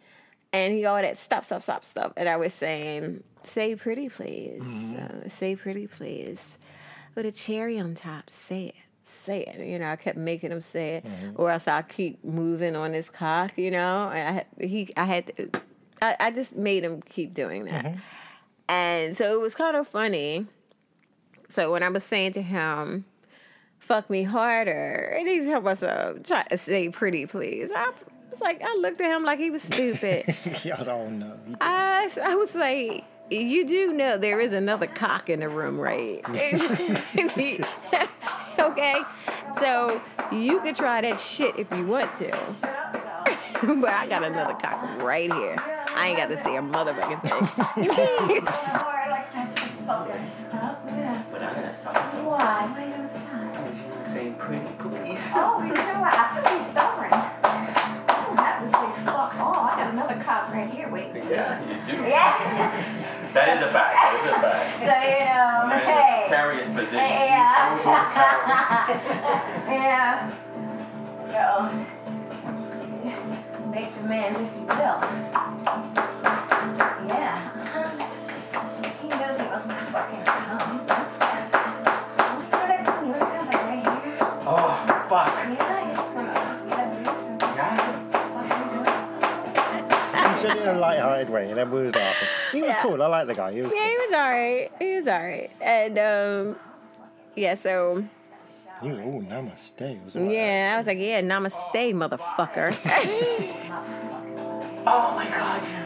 Speaker 1: and he all that stop, stop, stop, stop. And I was saying, say pretty, please. Uh, say pretty, please. With a cherry on top, say it. Say it, you know. I kept making him say it, or else I keep moving on his cock, you know. And I had, he, I had, to, I, I just made him keep doing that, and so it was kind of funny. So when I was saying to him, fuck me harder. And he was helping us uh, try to say pretty please. I was like, I looked at him like he was
Speaker 2: *laughs*
Speaker 1: stupid.
Speaker 2: I was oh no.
Speaker 1: I, s- I was like, you do know there is another cock in the room, right? *laughs* okay, so you could try that shit if you want to. *laughs* but I got another cock right here. I ain't got to say a motherfucking thing. *laughs*
Speaker 5: Oh, I like that fucking stuff. Yeah.
Speaker 4: But I'm gonna stop.
Speaker 5: Why? Why are you gonna stop?
Speaker 4: Because you were saying pretty please.
Speaker 5: Oh, you know what? I could be stubborn. Oh, that was big fuck. Oh, I got another cop right here waiting.
Speaker 4: Yeah, you do.
Speaker 5: Yeah. *laughs*
Speaker 4: That is a fact. That is a fact.
Speaker 5: So you know,
Speaker 4: You're in a
Speaker 5: hey.
Speaker 4: Precarious position.
Speaker 5: Yeah. *laughs* yeah. Yo. Make demands if you will. Yeah. Uh-huh. He knows he must be fucking come. That's good. You know that thing you got it right here?
Speaker 4: Oh fuck.
Speaker 5: Yeah, it's from just get a boost and
Speaker 4: Yeah.
Speaker 5: fucking do it.
Speaker 2: He said it in a light-hearted way, and everyone was laughing. He was
Speaker 1: Yeah.
Speaker 2: cool. I like the guy. He was
Speaker 1: Yeah, he
Speaker 2: cool.
Speaker 1: was all right. He was all right. And um, yeah, so
Speaker 2: He was, oh, namaste. Was it
Speaker 1: yeah, I was like, yeah, namaste, motherfucker. *laughs*
Speaker 2: *laughs*
Speaker 4: Oh my god. yeah.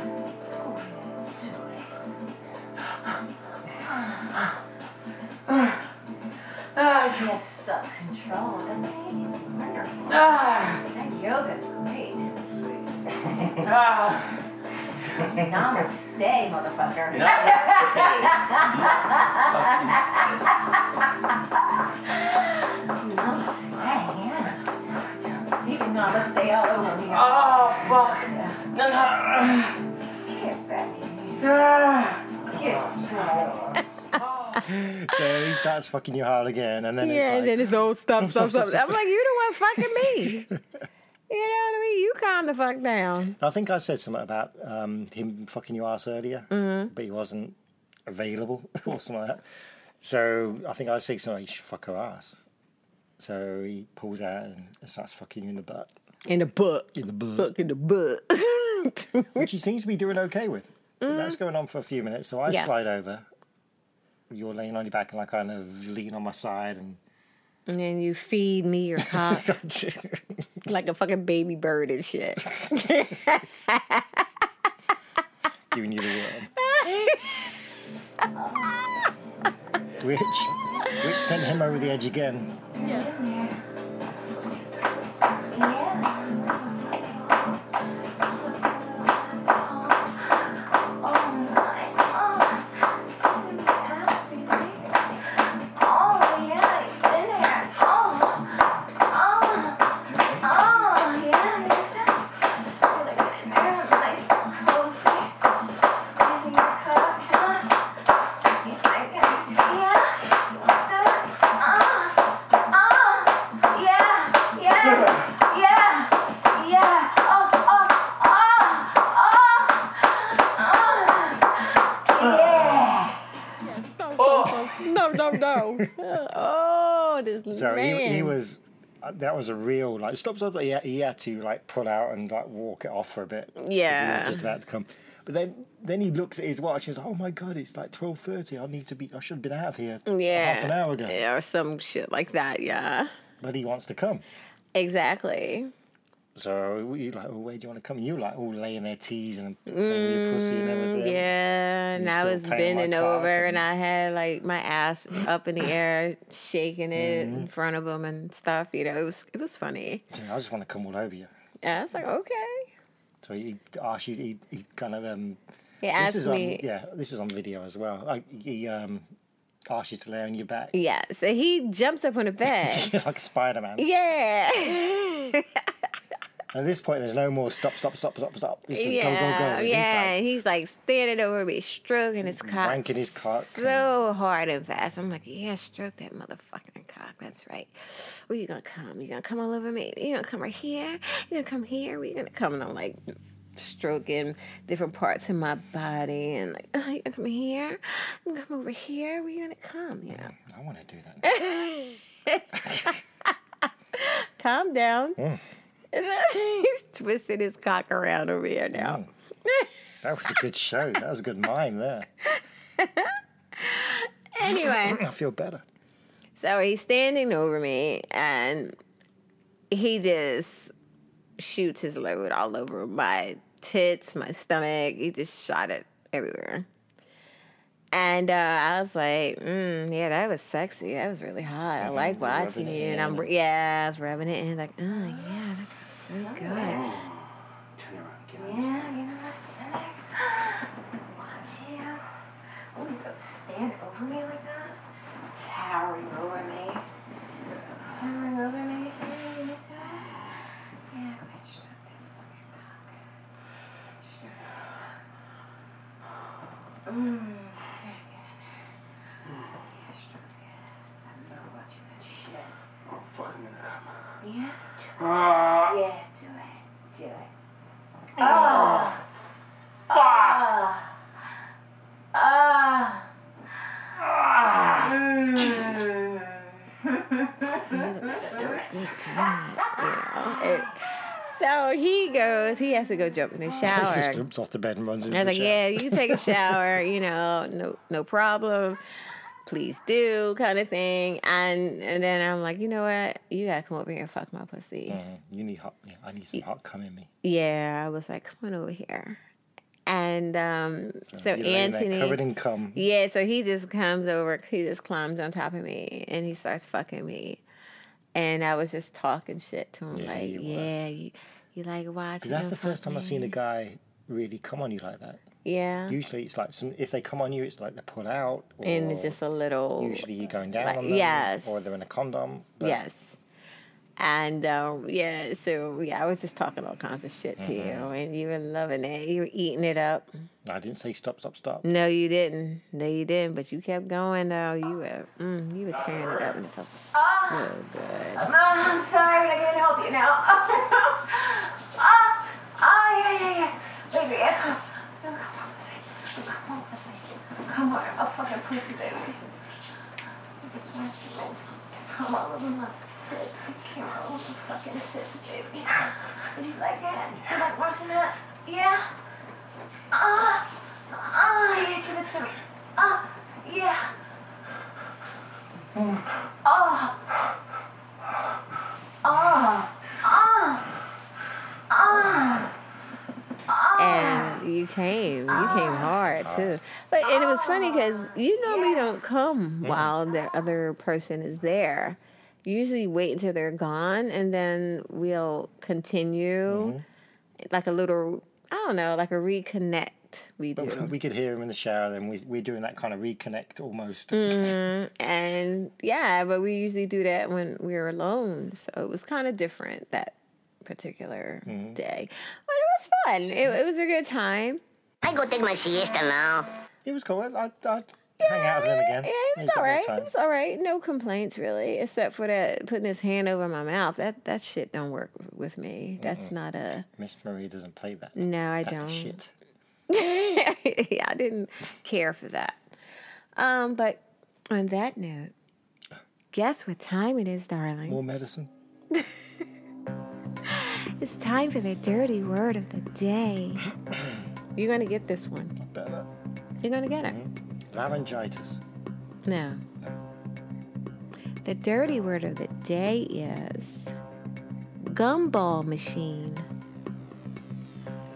Speaker 5: He has self-control, doesn't he? He's wonderful.
Speaker 4: Ah.
Speaker 5: That yoga's great.
Speaker 4: Ah.
Speaker 5: Namaste, motherfucker.
Speaker 4: *laughs* Namaste. Fucking stay.
Speaker 5: Namaste, yeah. You can namaste all over me.
Speaker 4: Oh fuck. No, *sighs* no.
Speaker 5: Get back in here.
Speaker 4: Ah.
Speaker 5: Get back.
Speaker 2: like- So he starts fucking you hard again, and then
Speaker 1: Yeah,
Speaker 2: it's
Speaker 1: and then
Speaker 2: like,
Speaker 1: it's all stop,
Speaker 2: Stop,
Speaker 1: stop,
Speaker 2: stop,
Speaker 1: stop.
Speaker 2: stop,
Speaker 1: I'm like, you the one fucking
Speaker 2: *laughs*
Speaker 1: me. You know what I mean? You calm the fuck down.
Speaker 2: I think I said something about um, him fucking your ass earlier,
Speaker 1: Mm-hmm.
Speaker 2: but he wasn't available *laughs* or something like that. So I think I said something. You should fuck her ass. So he pulls out and starts fucking you in the butt,
Speaker 1: In the book.
Speaker 2: in the butt,
Speaker 1: Fuck in the book. *laughs*
Speaker 2: which he seems to be doing okay with. But that's going on for a few minutes. So I
Speaker 1: Mm-hmm. Yes.
Speaker 2: slide over. You're laying on your back, and I kind of lean on my
Speaker 1: *laughs*
Speaker 2: side, and
Speaker 1: and then you feed me your
Speaker 2: *laughs*
Speaker 1: cock like a fucking baby bird and
Speaker 2: *laughs*
Speaker 1: shit.
Speaker 2: giving you the worm. *laughs* which, which sent him over the edge again.
Speaker 5: Yeah. Oh, my. Oh. It's in the ass, baby. Oh, yeah, it's in there. Oh. Oh. Oh, yeah, it's in there. I'm gonna get in there. I'm nice and cozy. Squeezing your cock, huh? You like it? Yeah. You want that? Ah. Ah, yeah, yeah, yeah, yeah. Oh, oh, ah, ah, ah, yeah.
Speaker 1: Stop, stop, stop. No, no, no. *laughs* Oh, this
Speaker 2: So
Speaker 1: man.
Speaker 2: he, he was uh, that was a real like stop stop. He had, he had to like pull out and like walk it off for a bit. 'cause he
Speaker 1: Yeah.
Speaker 2: was just about to come. But then then he looks at his watch. and He's like, oh my god, it's like twelve thirty. I need to be. I should have been out of here
Speaker 1: Yeah.
Speaker 2: half an hour ago.
Speaker 1: Yeah, or some shit like that. Yeah.
Speaker 2: But he wants to come.
Speaker 1: Exactly.
Speaker 2: So we like, oh, where do you want to come? You like all laying there teasing and playing your pussy and everything.
Speaker 1: Mm, Yeah, and
Speaker 2: You're
Speaker 1: I
Speaker 2: still
Speaker 1: was
Speaker 2: paying my
Speaker 1: bending
Speaker 2: car
Speaker 1: over and
Speaker 2: and-
Speaker 1: I had like my ass up in the air, shaking it
Speaker 2: Mm-hmm.
Speaker 1: in front of him and stuff. You know, it was it was funny.
Speaker 2: I just want to come all over you.
Speaker 1: Yeah, I was like, okay.
Speaker 2: So he asked you. He, he kind of um.
Speaker 1: He
Speaker 2: This
Speaker 1: asked
Speaker 2: is um, on,
Speaker 1: me.
Speaker 2: yeah, this is on video as well. Like he um asked you to lay on your back.
Speaker 1: Yeah, so he jumps up on the bed.
Speaker 2: *laughs*
Speaker 1: *laughs*
Speaker 2: You're like Spider Man.
Speaker 1: yeah.
Speaker 2: At this point, there's no more stop, stop, stop, stop, stop. It's just go, go,
Speaker 1: yeah,
Speaker 2: go. And he's
Speaker 1: yeah.
Speaker 2: like,
Speaker 1: And he's like standing over me, stroking his cock,
Speaker 2: Wanking his cock.
Speaker 1: so hard and fast. I'm like, yeah, stroke that motherfucking cock. That's right. Where you gonna come? You gonna come all over me? You gonna come right here? You gonna come here? Where you gonna come? And I'm like, stroking different parts of my body, and like, oh, you gonna come here? You gonna come over here? Where you gonna come? You know,
Speaker 2: "Hmm, I want to do
Speaker 1: *laughs*
Speaker 2: that.
Speaker 1: calm down.
Speaker 2: Mm.
Speaker 1: And then *laughs* he's twisting his cock around over here
Speaker 2: Mm.
Speaker 1: now.
Speaker 2: that was a good show. That was a good mime there.
Speaker 1: Anyway.
Speaker 2: *clears throat* I feel better.
Speaker 1: So he's standing over me and he just shoots his load all over my tits, my stomach. He just shot it everywhere. And uh, I was like, mm, yeah, that was sexy. That was really hot. I like
Speaker 2: rubbing
Speaker 1: watching
Speaker 2: it
Speaker 1: you. And I'm, yeah, I was rubbing it in. Like, oh, yeah, that feels so good.
Speaker 4: Turn around. Get on.
Speaker 5: Yeah, you know what's back? *gasps* Watch you. Oh, he's gonna stand over me like that? Towering over me. Towering over me. Yeah, you into it? Yeah, quit stroking. Mmm. Yeah, get in there. Yeah, stroke it. I don't know about you, that shit.
Speaker 4: Oh, fuck, I'm gonna come.
Speaker 5: Yeah?
Speaker 4: Ah,
Speaker 5: Yeah, do it. Do it. Ah. Ah. Ah.
Speaker 1: You know? It- so he goes, he has to go jump in the
Speaker 2: He *laughs* just
Speaker 1: shower.
Speaker 2: jumps off the bed and runs into
Speaker 1: I was
Speaker 2: the
Speaker 1: like,
Speaker 2: shower.
Speaker 1: yeah, you take a
Speaker 2: *laughs*
Speaker 1: shower, you know, no no problem. Please do, kind of thing. And and then I'm like, you know what? You gotta come over here and fuck my pussy.
Speaker 2: Mhm. You need hot. Yeah, I need some hot cum in me.
Speaker 1: Yeah, I was like, come on over here. And um, so
Speaker 2: You're laying there
Speaker 1: Anthony,
Speaker 2: covered in cum.
Speaker 1: yeah, so he just comes over, he just climbs on top of me and he starts fucking me. And I was just talking shit to him,
Speaker 2: Yeah,
Speaker 1: like,
Speaker 2: you was.
Speaker 1: yeah, you, you like watching.
Speaker 2: Because that's
Speaker 1: him
Speaker 2: the first
Speaker 1: fuck
Speaker 2: time I've seen a
Speaker 1: me."
Speaker 2: guy really come on you like that.
Speaker 1: Yeah.
Speaker 2: Usually, it's like some, if they come on you, it's like they pull out. Or
Speaker 1: and it's just a little.
Speaker 2: usually you're going down
Speaker 1: like,
Speaker 2: on them.
Speaker 1: yes.
Speaker 2: Or they're in a condom. but
Speaker 1: Yes. And um, yeah, so yeah, I was just talking all kinds of shit to you, and you were loving it. You were eating it up.
Speaker 2: I didn't say stop, stop, stop.
Speaker 1: No, you didn't. No, you didn't. But you kept going though. You were, mm, you were tearing it up, and it felt so good.
Speaker 5: Mom, I'm sorry, but I can't help you now. *laughs* Ah, ah, yeah, yeah, yeah. Baby, yeah, come. Don't come on, pussy. Come on, pussy. Come on, I'll fucking pussy, baby. I just want you to come all over my tits. Come all over my fucking tits, baby. Would you like that? You like watching that? Yeah? Ah, ah, yeah, give it to me. Ah, yeah. Ah. Ah, ah, ah,
Speaker 1: And you came, you came hard too. But and it was funny because you normally don't come while the other person is there. You usually wait until they're gone, and then we'll continue, like a little, I don't know, like a reconnect. We do.
Speaker 2: But we could hear him in the shower. Then we, we're doing that kind of reconnect almost.
Speaker 1: Mm. and yeah, but we usually do that when we were alone. So it was kind of different that particular day. But it was fun. It, it was a good time.
Speaker 3: I go take my siesta now.
Speaker 2: *laughs* It was cool. I'd, I'd, I'd hang out with him again.
Speaker 1: Eh, Yeah, it was
Speaker 2: We've got
Speaker 1: all
Speaker 2: more
Speaker 1: right.
Speaker 2: time.
Speaker 1: It was all right. No complaints really, except for that putting his hand over my mouth. That that shit don't work with me. That's not a
Speaker 2: Miss Marie doesn't play that.
Speaker 1: no. I
Speaker 2: that
Speaker 1: don't.
Speaker 2: shit.
Speaker 1: *laughs* yeah, I didn't care for that. Um, but on that note, guess what time it is, darling?
Speaker 2: More medicine.
Speaker 6: It's time for the dirty word of the
Speaker 2: *coughs*
Speaker 6: day.
Speaker 1: You're gonna get this one.
Speaker 2: Better. Hmm?
Speaker 1: You're gonna get it.
Speaker 2: Laryngitis.
Speaker 1: No.
Speaker 6: The dirty word of the day is gumball machine.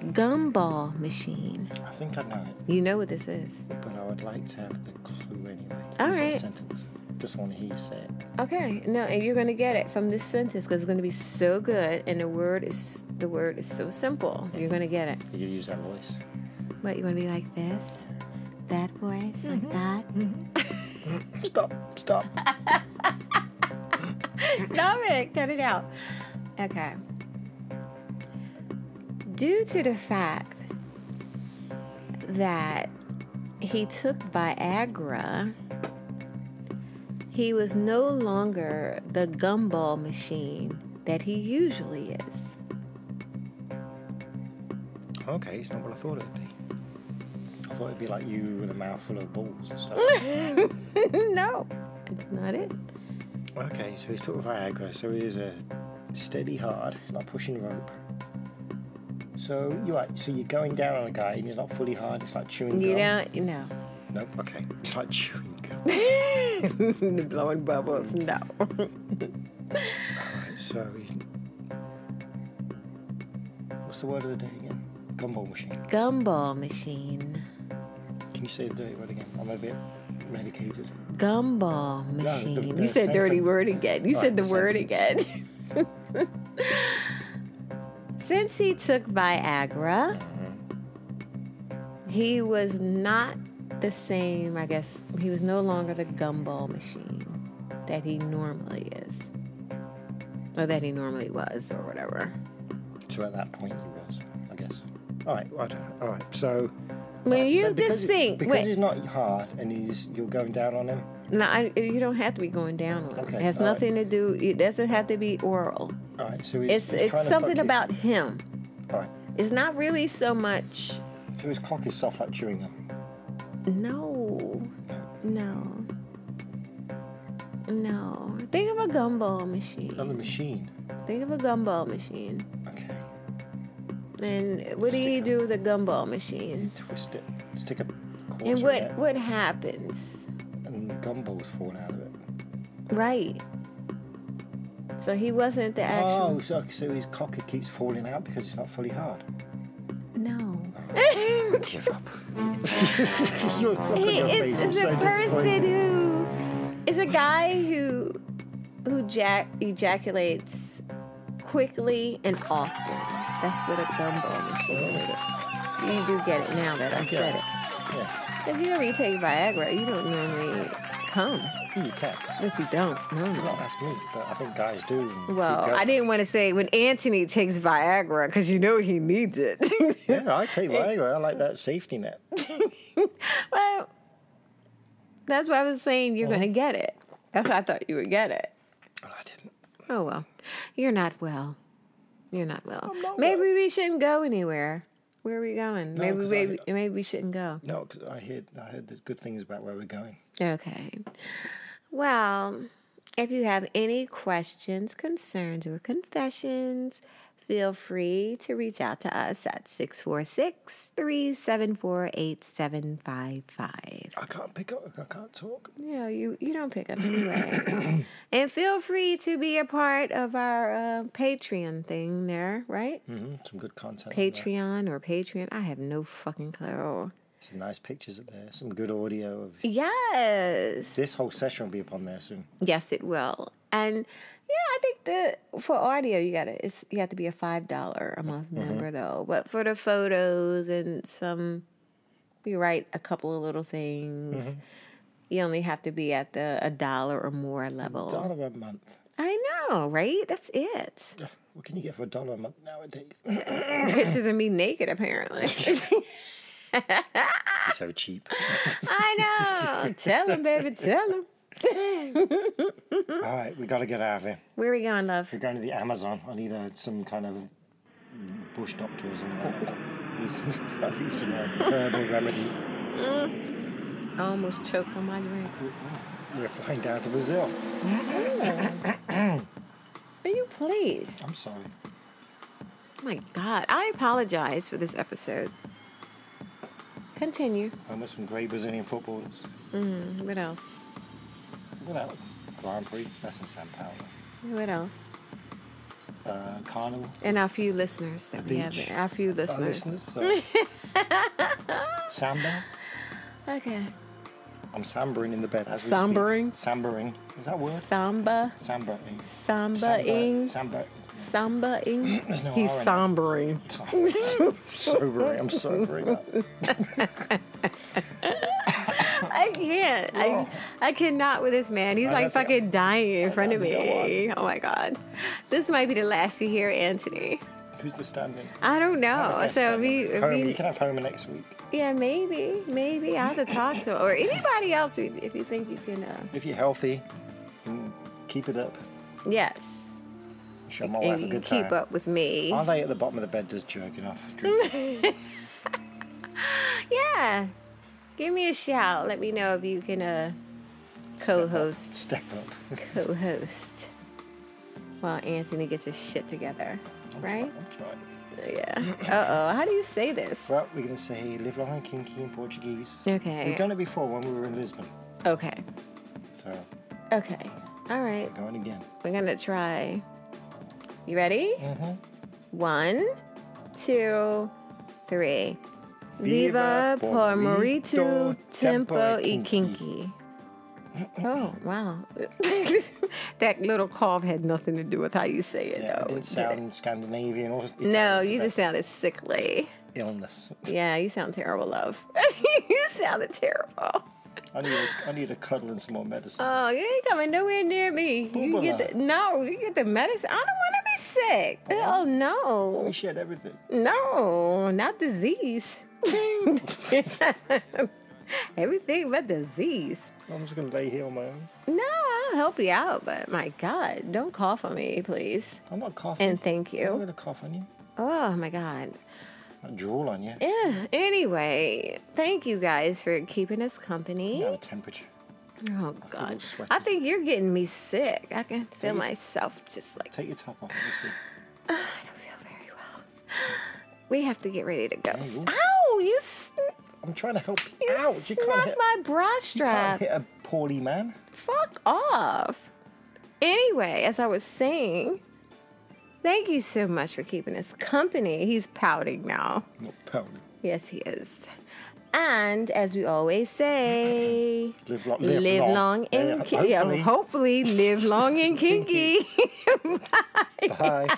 Speaker 6: Gumball machine.
Speaker 2: I think I know it,
Speaker 1: You know what this is.
Speaker 2: but I would like to have the clue anyway.
Speaker 1: All
Speaker 2: It's a
Speaker 1: right.
Speaker 2: Sentence. Just want to hear you say it.
Speaker 1: Okay. No, and you're gonna get it from this sentence because it's gonna be so good, and the word is the word is so simple. You're gonna get it.
Speaker 2: You could use that voice.
Speaker 6: What, you want to be like this? That voice? Like
Speaker 1: Mm-hmm.
Speaker 6: that?
Speaker 2: Stop. Stop.
Speaker 1: Stop it. Cut it out. Okay. Due to the fact that he took Viagra, he was no longer the gumball machine that he usually is.
Speaker 2: okay, it's not what I thought it'd be. I thought it'd be like you with a mouthful of balls and stuff.
Speaker 1: *laughs* Mm, no, that's not it.
Speaker 2: okay, so he's took Viagra, so he is a steady hard, he's not pushing rope. So you're right, so you're going down on a guy and he's not fully hard, it's like chewing
Speaker 1: You
Speaker 2: gum.
Speaker 1: don't, you *laughs* know.
Speaker 2: Nope, okay. It's like chewing gum.
Speaker 1: *laughs* Blowing bubbles, no.
Speaker 2: So he's. What's the word of the day again? Gumball machine.
Speaker 1: Gumball machine.
Speaker 2: Can you say the dirty word again? I'm a bit medicated.
Speaker 1: Gumball machine.
Speaker 2: the
Speaker 1: you said dirty
Speaker 2: sentence.
Speaker 1: word again. You
Speaker 2: All
Speaker 1: said
Speaker 2: right,
Speaker 1: the,
Speaker 2: the
Speaker 1: word
Speaker 2: sentence.
Speaker 1: again. *laughs* Since he took Viagra,
Speaker 2: Mm-hmm.
Speaker 1: he was not the same, I guess. He was no longer the gumball machine that he normally is, or that he normally was, or whatever.
Speaker 2: So at that point he was, I guess. All right, I don't know. All right, so.
Speaker 1: When
Speaker 2: Right,
Speaker 1: you
Speaker 2: so because
Speaker 1: just
Speaker 2: he-
Speaker 1: think,
Speaker 2: Because
Speaker 1: wait,
Speaker 2: he's not hard and he's you're going down on him.
Speaker 1: no, I, you don't have to be going down on him.
Speaker 2: Okay,
Speaker 1: It has
Speaker 2: all right.
Speaker 1: nothing to do. It doesn't have to be oral.
Speaker 2: All right, so he's.
Speaker 1: It's
Speaker 2: he's
Speaker 1: it's
Speaker 2: trying to fuck
Speaker 1: something
Speaker 2: you.
Speaker 1: about him.
Speaker 2: All right,
Speaker 1: It's not really so much.
Speaker 2: so his cock is soft like chewing gum.
Speaker 1: No, no, no. Think of a gumball machine.
Speaker 2: Another machine.
Speaker 1: Think of a gumball machine.
Speaker 2: Okay.
Speaker 1: And what do you
Speaker 2: Stick 'em.
Speaker 1: do with a gumball machine?
Speaker 2: Twist it. Stick a quarter
Speaker 1: And
Speaker 2: in
Speaker 1: what
Speaker 2: it,
Speaker 1: what happens?
Speaker 2: and gumballs fall out of it.
Speaker 1: Right. So he wasn't the
Speaker 2: Oh,
Speaker 1: actual.
Speaker 2: so, so his cock keeps falling out because it's not fully hard.
Speaker 1: No. *laughs*
Speaker 2: Give *laughs* up. You're dropping
Speaker 1: he
Speaker 2: your
Speaker 1: is,
Speaker 2: face. I'm
Speaker 1: is
Speaker 2: so
Speaker 1: a person
Speaker 2: disappointed.
Speaker 1: who is a guy who who jack ejaculates quickly and often. That's what a gumball machine is. You do get it now that I said it.
Speaker 2: Yeah,
Speaker 1: Because you know when you take Viagra, you don't normally come.
Speaker 2: you can.
Speaker 1: But you don't
Speaker 2: Not
Speaker 1: normally.
Speaker 2: that's me, but I think guys do. and keep
Speaker 1: Well,
Speaker 2: going.
Speaker 1: I didn't want to say when Anthony takes Viagra because you know he needs it. *laughs*
Speaker 2: Yeah, I take Viagra. I like that safety net.
Speaker 1: well, that's why I was saying
Speaker 2: Uh-huh.
Speaker 1: you're going to get it. That's why I thought you would get it.
Speaker 2: Well, I didn't.
Speaker 1: Oh well, you're not well. You're not well. maybe we shouldn't go anywhere. Where are we going? maybe
Speaker 2: 'cause
Speaker 1: maybe,
Speaker 2: I-
Speaker 1: maybe we shouldn't go.
Speaker 2: No, because I heard I heard the good things about where we're going.
Speaker 1: Okay. Well, if you have any questions, concerns, or confessions, feel free to reach out to us at 646 374 8755.
Speaker 2: I can't pick up. I can't talk.
Speaker 1: Yeah, you, you don't pick up anyway. *coughs* and feel free to be a part of our uh, Patreon thing there, right?
Speaker 2: hmm Some good content. on there.
Speaker 1: Patreon or Patreon. I have no fucking clue.
Speaker 2: Some nice pictures up there. Some good audio. Of...
Speaker 1: Yes.
Speaker 2: This whole session will be up on there soon.
Speaker 1: Yes, it will. And yeah, I think the for audio you gotta it's you have to be a five dollar a month member though. But for the photos and some we write a couple of little things. You only have to be at the a dollar or more level.
Speaker 2: Dollar a month.
Speaker 1: I know, right? That's it.
Speaker 2: Ugh, What can you get for a dollar a month nowadays?
Speaker 1: *laughs*
Speaker 2: *laughs*
Speaker 1: Pictures of me naked, apparently.
Speaker 2: It's so cheap.
Speaker 1: I know. Tell them, baby. Tell them.
Speaker 2: All right, we got to get out of here.
Speaker 1: Where we going, love?
Speaker 2: We're going to the Amazon. I need uh, some kind of bush doctor or something. Like that. Need some- *laughs* I need some uh, herbal remedy.
Speaker 1: I almost choked on my drink.
Speaker 2: We're flying down to Brazil.
Speaker 1: Will you please?
Speaker 2: I'm sorry.
Speaker 1: Oh my God. I apologize for this episode. Continue.
Speaker 2: I met some great Brazilian footballers.
Speaker 1: What else?
Speaker 2: Look at that Grand Prix. That's in Sao Paulo.
Speaker 1: What else?
Speaker 2: Uh, Carnival.
Speaker 1: And our few listeners that we have.
Speaker 2: Beach.
Speaker 1: Our few
Speaker 2: Our
Speaker 1: listeners.
Speaker 2: listeners. sorry.
Speaker 1: *laughs*
Speaker 2: Samba.
Speaker 1: Okay.
Speaker 2: I'm sambering in the bed. As we speak.
Speaker 1: Sambering?
Speaker 2: Sambering. Is that a word?
Speaker 1: Samba.
Speaker 2: Sambering.
Speaker 1: Samba-ing.
Speaker 2: Samba. *clears throat*
Speaker 1: Samba-ing.
Speaker 2: There's no
Speaker 1: He's
Speaker 2: R in
Speaker 1: sombering.
Speaker 2: it. *laughs* Samba. sobering. I'm
Speaker 1: *laughs*
Speaker 2: sobering up.
Speaker 1: I can't. I, I cannot with this man. He's
Speaker 2: I
Speaker 1: like
Speaker 2: got the-
Speaker 1: fucking dying in front of
Speaker 2: got the go
Speaker 1: me. Oh my God. This might be the last you hear, Anthony.
Speaker 2: Who's the standing?
Speaker 1: I don't know.
Speaker 2: Yes,
Speaker 1: Oh, so
Speaker 2: standing.
Speaker 1: we, if
Speaker 2: Homer.
Speaker 1: we-
Speaker 2: You can have Homer next week.
Speaker 1: yeah, maybe, maybe I have to talk to or anybody else if if you think you can. Uh,
Speaker 2: If you're healthy, mm, keep it up.
Speaker 1: yes,
Speaker 2: Show my wife
Speaker 1: and
Speaker 2: Oh, a
Speaker 1: you can
Speaker 2: good
Speaker 1: keep
Speaker 2: time.
Speaker 1: up with me.
Speaker 2: Are they at the bottom of the bed just
Speaker 1: *laughs*
Speaker 2: jerking off? Drinking?
Speaker 1: Yeah, give me a shout. Let me know if you can uh, co-host,
Speaker 2: Step up. *laughs*
Speaker 1: co-host, while Anthony gets his shit together, right?
Speaker 2: That's right.
Speaker 1: Yeah. Uh oh. How do you say this?
Speaker 2: Well, we're going to say live long and kinky in Portuguese.
Speaker 1: Okay.
Speaker 2: We've done it before when we were in Lisbon.
Speaker 1: Okay.
Speaker 2: So
Speaker 1: Okay. All right.
Speaker 2: we're going again.
Speaker 1: We're gonna try. You ready? Mm-hmm. One, two, three. Viva
Speaker 2: Viva
Speaker 1: por
Speaker 2: Morito,
Speaker 1: morito tempo
Speaker 2: tempo
Speaker 1: e
Speaker 2: e *laughs*
Speaker 1: kinky. Oh wow! *laughs* that little cough had nothing to do with how you say it,
Speaker 2: Yeah, it
Speaker 1: though.
Speaker 2: didn't sound Scandinavian or Italian,
Speaker 1: no,
Speaker 2: it's
Speaker 1: you
Speaker 2: about
Speaker 1: just sounded sickly.
Speaker 2: illness.
Speaker 1: Yeah, you sound terrible, love. *laughs* you sounded terrible.
Speaker 2: I need a, I need a cuddle and some more medicine.
Speaker 1: Oh, you ain't coming nowhere near me. You get
Speaker 2: Boobaloo.
Speaker 1: the no, you get the medicine. I don't want to be sick. Oh no.
Speaker 2: we shared everything.
Speaker 1: No, not disease. *laughs* Everything but disease.
Speaker 2: I'm just going to lay here on my own.
Speaker 1: No, I'll help you out, but my God, don't cough on me, please.
Speaker 2: I'm not coughing.
Speaker 1: And thank
Speaker 2: I'm
Speaker 1: you.
Speaker 2: going to cough on you.
Speaker 1: Oh my God.
Speaker 2: I'll drool on you.
Speaker 1: Yeah. Anyway, thank you guys for keeping us company.
Speaker 2: You have a temperature.
Speaker 1: Oh
Speaker 2: I'm
Speaker 1: God,
Speaker 2: sweating.
Speaker 1: I think you're getting me sick. I can feel myself just like
Speaker 2: Take your top off. Let
Speaker 1: I don't feel very well. *gasps* We have to get ready to go.
Speaker 2: Hey, you-
Speaker 1: Ow! You sn-
Speaker 2: see. I'm trying to help.
Speaker 1: you
Speaker 2: Ouch! You can't
Speaker 1: snuck
Speaker 2: hit,
Speaker 1: my bra
Speaker 2: you can't
Speaker 1: strap.
Speaker 2: hit a poorly man.
Speaker 1: Fuck off. Anyway, as I was saying, thank you so much for keeping us company. He's pouting now.
Speaker 2: Not
Speaker 1: *laughs*
Speaker 2: poorly.
Speaker 1: Yes, he is. And as we always say,
Speaker 2: Live lo- live
Speaker 1: *laughs* live
Speaker 2: long.
Speaker 1: long and
Speaker 2: Yeah,
Speaker 1: kinky. Yeah,
Speaker 2: hopefully.
Speaker 1: hopefully, *laughs* live long and kinky.
Speaker 2: Bye.
Speaker 1: *laughs*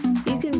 Speaker 1: you can